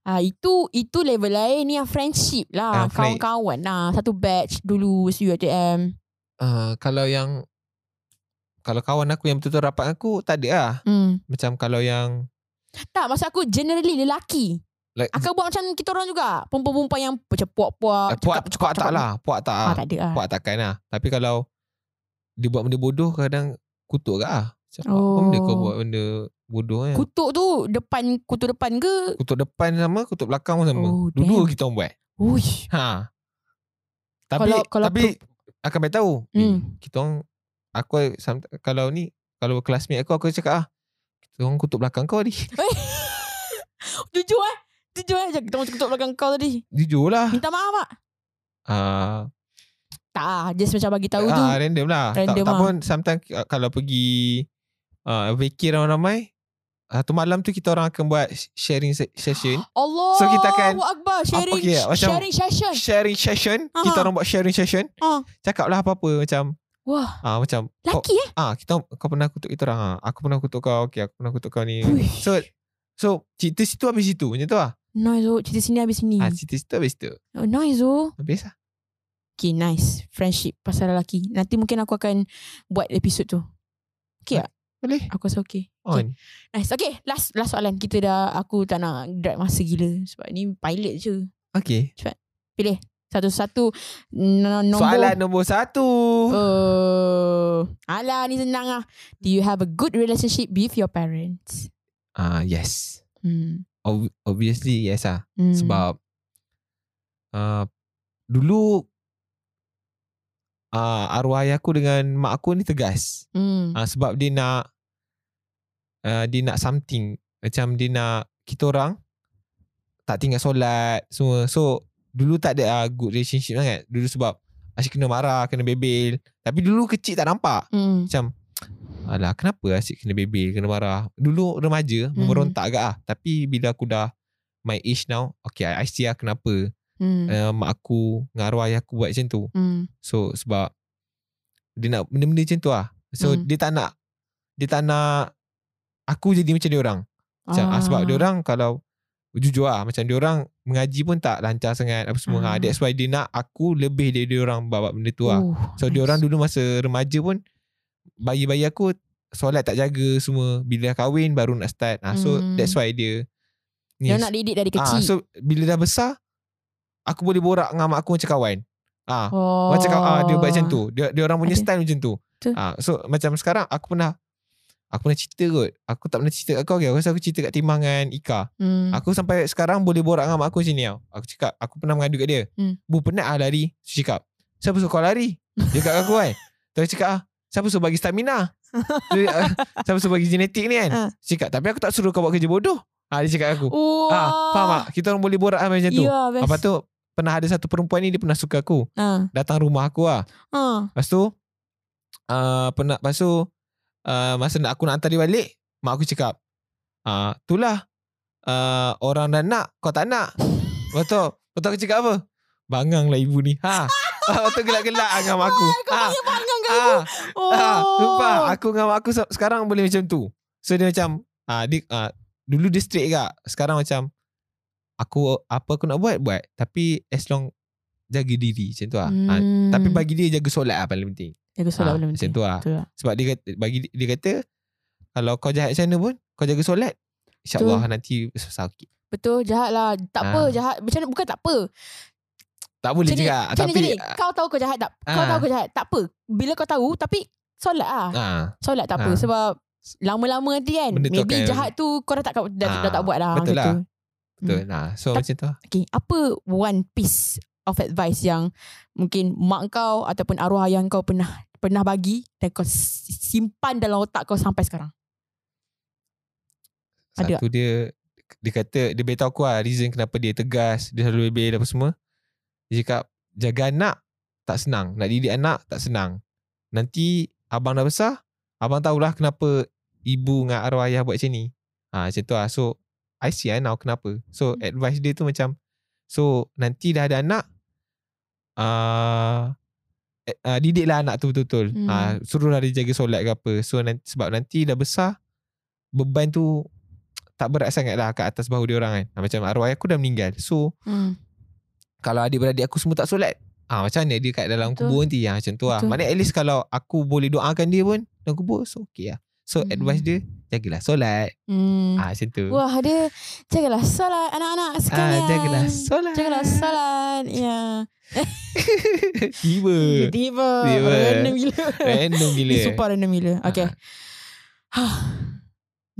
Speaker 1: Ah itu itu level lain ni yang friendship
Speaker 2: Ah,
Speaker 1: lah,
Speaker 2: friend.
Speaker 1: kawan-kawan lah. Satu batch dulu UiTM.
Speaker 2: uh, kalau yang kalau kawan aku yang betul-betul rapat dengan aku tak ada lah.
Speaker 1: Hmm.
Speaker 2: Macam kalau yang
Speaker 1: Tak, maksud aku generally lelaki.
Speaker 2: like
Speaker 1: Akan buat macam kita orang juga. Perempuan-perempuan yang macam puak-puak.
Speaker 2: ah, puak, puak tak lah, puak tak
Speaker 1: Ah,
Speaker 2: lah.
Speaker 1: tak ada lah.
Speaker 2: Puak takkan lah. Tapi kalau dia buat benda bodoh kadang kutuk ke lah. Macam oh. apa
Speaker 1: Oh.
Speaker 2: benda kau buat benda bodoh kan?
Speaker 1: Kutuk tu depan kutu depan ke?
Speaker 2: Kutuk depan sama, kutuk belakang pun sama.
Speaker 1: Oh,
Speaker 2: Dua-dua kita orang buat.
Speaker 1: Uish.
Speaker 2: Ha. Tapi kalau,
Speaker 1: Kalau- kalau
Speaker 2: kalau tapi akan baik tahu. Hmm.
Speaker 1: Hmm.
Speaker 2: Kita orang aku somet- kalau ni kalau classmate aku aku cakap ah kita orang kutuk belakang kau ni.
Speaker 1: Jujur eh. Jujur eh. Kita orang kutuk belakang kau tadi.
Speaker 2: Jujur lah.
Speaker 1: Minta maaf tak?
Speaker 2: Ah,
Speaker 1: Tak ah, Just macam bagi tahu
Speaker 2: ah,
Speaker 1: tu.
Speaker 2: random lah. tak,
Speaker 1: Random
Speaker 2: tak
Speaker 1: ah.
Speaker 2: pun sometimes ah, kalau pergi ah vacay ramai-ramai satu malam tu kita orang akan buat sharing se- session.
Speaker 1: Allah.
Speaker 2: So, kita akan-
Speaker 1: Akbar. Sharing,
Speaker 2: okay, macam-
Speaker 1: sharing session.
Speaker 2: Sharing session,
Speaker 1: Ah.
Speaker 2: kita orang buat sharing session.
Speaker 1: Ah.
Speaker 2: Cakap lah apa-apa macam
Speaker 1: Wah.
Speaker 2: ah macam kau-
Speaker 1: Laki eh.
Speaker 2: ah kita kau pernah kutuk kita orang ah. Aku pernah kutuk kau. Okey, aku pernah kutuk kau ni.
Speaker 1: Uish.
Speaker 2: So So cerita situ habis situ Macam tu lah
Speaker 1: Nice oh. Cerita sini habis sini.
Speaker 2: ha, Cerita situ habis situ
Speaker 1: Oh, nice oh.
Speaker 2: Habis lah
Speaker 1: Okay nice Friendship pasal lelaki Nanti mungkin aku akan Buat episod tu Okay tak?
Speaker 2: Boleh
Speaker 1: Aku rasa okay
Speaker 2: On
Speaker 1: okay. Nice okay Last last soalan Kita dah Aku tak nak drag masa gila Sebab ni pilot je
Speaker 2: Okay,
Speaker 1: Pilih Satu-satu n- Nombor Oh.
Speaker 2: Soalan nombor satu
Speaker 1: uh, Alah ni senang lah Do you have a good relationship With your parents
Speaker 2: Ah Yes
Speaker 1: hmm.
Speaker 2: Ob- Obviously yes lah
Speaker 1: Hmm.
Speaker 2: Sebab uh, Dulu uh, Arwah ayah aku dengan Mak aku ni tegas
Speaker 1: hmm.
Speaker 2: uh, Sebab dia nak uh, Dia nak something Macam dia nak Kita orang Tak tinggal solat Semua So Dulu tak ada uh, good relationship sangat Dulu sebab Asyik kena marah Kena bebel Tapi dulu kecil tak nampak
Speaker 1: hmm.
Speaker 2: macam Alah kenapa asyik kena bebel Kena marah Dulu remaja
Speaker 1: Hmm.
Speaker 2: Memberontak agak ah Tapi bila aku dah My age now Okay I, I see lah kenapa
Speaker 1: Hmm.
Speaker 2: uh, Mak aku Dengan arwah ayah aku buat macam tu
Speaker 1: Hmm.
Speaker 2: So sebab Dia nak benda-benda macam tu lah So
Speaker 1: Hmm.
Speaker 2: dia tak nak Dia tak nak Aku jadi macam dia orang macam, ah. Sebab dia orang kalau Jujur lah Macam dia orang Mengaji pun tak lancar sangat Apa semua
Speaker 1: Ah.
Speaker 2: ah. That's why dia nak Aku lebih dari dia orang Bawa benda tu lah
Speaker 1: Oh,
Speaker 2: So nice. diorang dulu masa remaja pun bayi-bayi aku solat tak jaga semua. Bila dah kahwin baru nak start. Ah so
Speaker 1: Hmm.
Speaker 2: that's why dia ni.
Speaker 1: Dia nak didik dari
Speaker 2: ah
Speaker 1: kecil
Speaker 2: so bila dah besar aku boleh borak dengan mak aku macam kawan. Ah
Speaker 1: oh.
Speaker 2: macam kaw- ah dia buat macam tu. Dia dia orang punya
Speaker 1: Ada.
Speaker 2: style macam tu.
Speaker 1: Betul.
Speaker 2: Ah so macam sekarang aku pernah aku pernah cerita kot. Aku tak pernah cerita kat kau ke. Aku rasa aku cerita kat Timah dengan Ika.
Speaker 1: hmm.
Speaker 2: Aku sampai sekarang boleh borak dengan mak aku sini tau. Aku cakap, aku pernah mengadu kat dia.
Speaker 1: Hmm.
Speaker 2: Bu penat lah lari. So cakap, siapa suruh kau lari? Dia kat aku kan. Terus cakap, ah, siapa suruh bagi stamina? Dia, ah, siapa suruh bagi genetik ni kan?
Speaker 1: Ha.
Speaker 2: Dia Cakap, tapi aku tak suruh kau buat kerja bodoh. Ha, dia cakap aku.
Speaker 1: Oh.
Speaker 2: Ha, faham tak? Kita orang boleh borak lah macam tu.
Speaker 1: Ya, best.
Speaker 2: Lepas tu, pernah ada satu perempuan ni, dia pernah suka aku.
Speaker 1: Ha.
Speaker 2: Datang rumah aku lah.
Speaker 1: Ha.
Speaker 2: Lepas tu, uh, penat Lepas tu uh, Masa nak aku nak hantar dia balik Mak aku cakap uh, Itulah uh, Orang dah nak Kau tak nak Lepas tu Lepas tu aku cakap apa Bangang lah ibu ni Ha Lepas tu gelak-gelak ah dengan mak aku
Speaker 1: Kau
Speaker 2: ha.
Speaker 1: panggil panggang ke
Speaker 2: ha.
Speaker 1: Oh.
Speaker 2: Ah, lupa aku dengan mak aku se- sekarang boleh macam tu. So dia macam ah dia ah, dulu dia straight gak. Sekarang macam aku apa aku nak buat buat tapi as long jaga diri macam tu ah. Ah,
Speaker 1: Hmm.
Speaker 2: tapi bagi dia jaga solat lah paling penting.
Speaker 1: Jaga solat
Speaker 2: Ah,
Speaker 1: belum
Speaker 2: Macam tu lah.
Speaker 1: Betul lah.
Speaker 2: Sebab dia kata, bagi dia- dia kata kalau kau jahat macam mana pun kau jaga solat InsyaAllah nanti sakit.
Speaker 1: Betul jahat lah Tak apa
Speaker 2: Ah.
Speaker 1: jahat Macam mana bukan tak apa
Speaker 2: Tak boleh
Speaker 1: Macam ni,
Speaker 2: juga.
Speaker 1: Macam
Speaker 2: tapi
Speaker 1: ni, macam ni. Kau tahu kau jahat tak Kau
Speaker 2: Ah.
Speaker 1: tahu kau jahat Tak apa Bila kau tahu Tapi solat lah
Speaker 2: ah,
Speaker 1: Solat tak apa
Speaker 2: Ah.
Speaker 1: Sebab Lama-lama nanti kan
Speaker 2: Benda tu
Speaker 1: Maybe
Speaker 2: akan-
Speaker 1: jahat tu Kau dah tak, dah,
Speaker 2: Ah,
Speaker 1: dah tak buat lah macam
Speaker 2: betul lah.
Speaker 1: tu.
Speaker 2: betul.
Speaker 1: Hmm.
Speaker 2: Nah, so
Speaker 1: Tak-
Speaker 2: macam tu. lah.
Speaker 1: Okay Apa one piece Of advice yang Mungkin mak kau Ataupun arwah ayah kau Pernah pernah bagi Dan kau si- simpan dalam otak kau Sampai sekarang Ada.
Speaker 2: Satu dia dia kata dia beritahu aku lah reason kenapa dia tegas, dia selalu bebel apa semua. Dia cakap jaga anak tak senang, nak didik anak tak senang. Nanti abang dah besar, abang tahulah kenapa ibu dengan arwah ayah buat macam ni. Ha, macam tu lah. So, I see I now kenapa. So,
Speaker 1: Hmm.
Speaker 2: advice dia tu macam, so nanti dah ada anak, uh, uh, didiklah anak tu betul-betul.
Speaker 1: Hmm.
Speaker 2: Hmm. Uh, suruhlah dia jaga solat ke apa. So, nanti, sebab nanti dah besar, beban tu tak berat sangat lah kat atas bahu dia orang kan. Ha, macam arwah ayah aku dah meninggal. So,
Speaker 1: hmm.
Speaker 2: kalau adik-beradik aku semua tak solat, ah ha, macam mana dia kat dalam
Speaker 1: Betul.
Speaker 2: kubur nanti? Ha, macam tu lah.
Speaker 1: Betul.
Speaker 2: Maknanya at least kalau aku boleh doakan dia pun dalam kubur, so okay lah. So,
Speaker 1: Hmm.
Speaker 2: advice dia, jagalah solat.
Speaker 1: Hmm.
Speaker 2: Ah macam tu.
Speaker 1: Wah dia Jagalah solat Anak-anak sekalian
Speaker 2: Ah, jagalah solat.
Speaker 1: Jagalah solat Ya
Speaker 2: Tiba.
Speaker 1: Tiba
Speaker 2: Tiba.
Speaker 1: Random gila
Speaker 2: Random gila. Ah.
Speaker 1: Ni super random gila Okay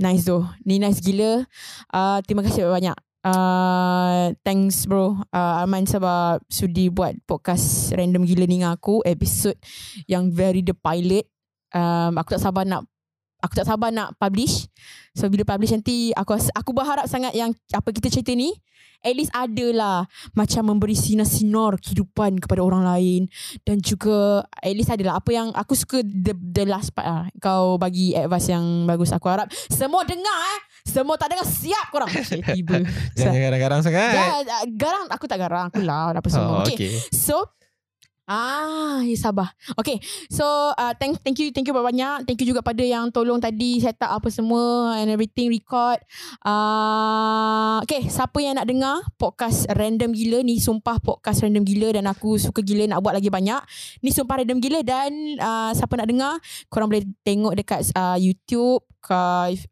Speaker 1: Nice though Ni nice gila uh, Terima kasih banyak-banyak Uh, thanks bro uh, Arman sebab Sudi buat podcast Random gila ni dengan aku Episode Yang very the pilot um, Aku tak sabar nak Aku tak sabar nak publish So bila publish nanti Aku ras- aku berharap sangat Yang apa kita cerita ni At least ada lah Macam memberi sinar-sinar Kehidupan kepada orang lain dan juga at least adalah apa yang aku suka the, the last part lah. Kau bagi advice yang bagus. Aku harap semua dengar eh. Semua tak dengar siap korang. Okay, tiba.
Speaker 2: Jangan garang-garang sangat.
Speaker 1: Ya, garang aku tak garang. Aku loud apa semua.
Speaker 2: Oh,
Speaker 1: okay.
Speaker 2: okay.
Speaker 1: So Ah, ya sabar. Okay, so uh, thank thank you thank you banyak. Thank you juga pada yang tolong tadi set up apa semua and everything record. Uh, okay, siapa yang nak dengar podcast random gila ni sumpah podcast random gila dan aku suka gila nak buat lagi banyak. Ni sumpah random gila dan uh, siapa nak dengar korang boleh tengok dekat uh, YouTube ke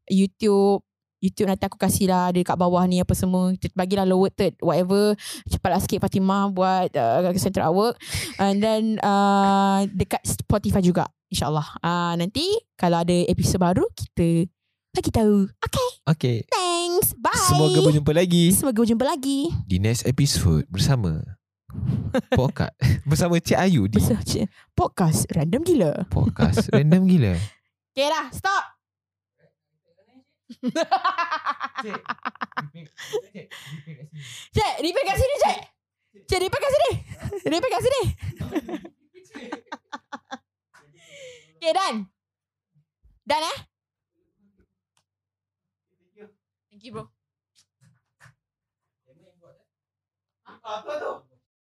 Speaker 1: YouTube YouTube nanti aku kasih lah Ada dekat bawah ni Apa semua Kita Bagilah lower third Whatever Cepatlah lah sikit Fatimah Buat uh, Central Artwork And then uh, Dekat Spotify juga InsyaAllah uh, Nanti Kalau ada episod baru Kita Bagi tahu Okay
Speaker 2: Okay.
Speaker 1: Thanks Bye
Speaker 2: Semoga berjumpa lagi
Speaker 1: Semoga berjumpa lagi
Speaker 2: di next episode bersama podcast bersama Cik Ayu di
Speaker 1: Besar je. Podcast Random gila
Speaker 2: podcast random gila.
Speaker 1: Okay dah Stop
Speaker 2: Cik,
Speaker 1: Cik Repair kat sini cik Cik repair kat sini Repair kat sini Okay done Done eh Thank you bro
Speaker 2: Apa tu?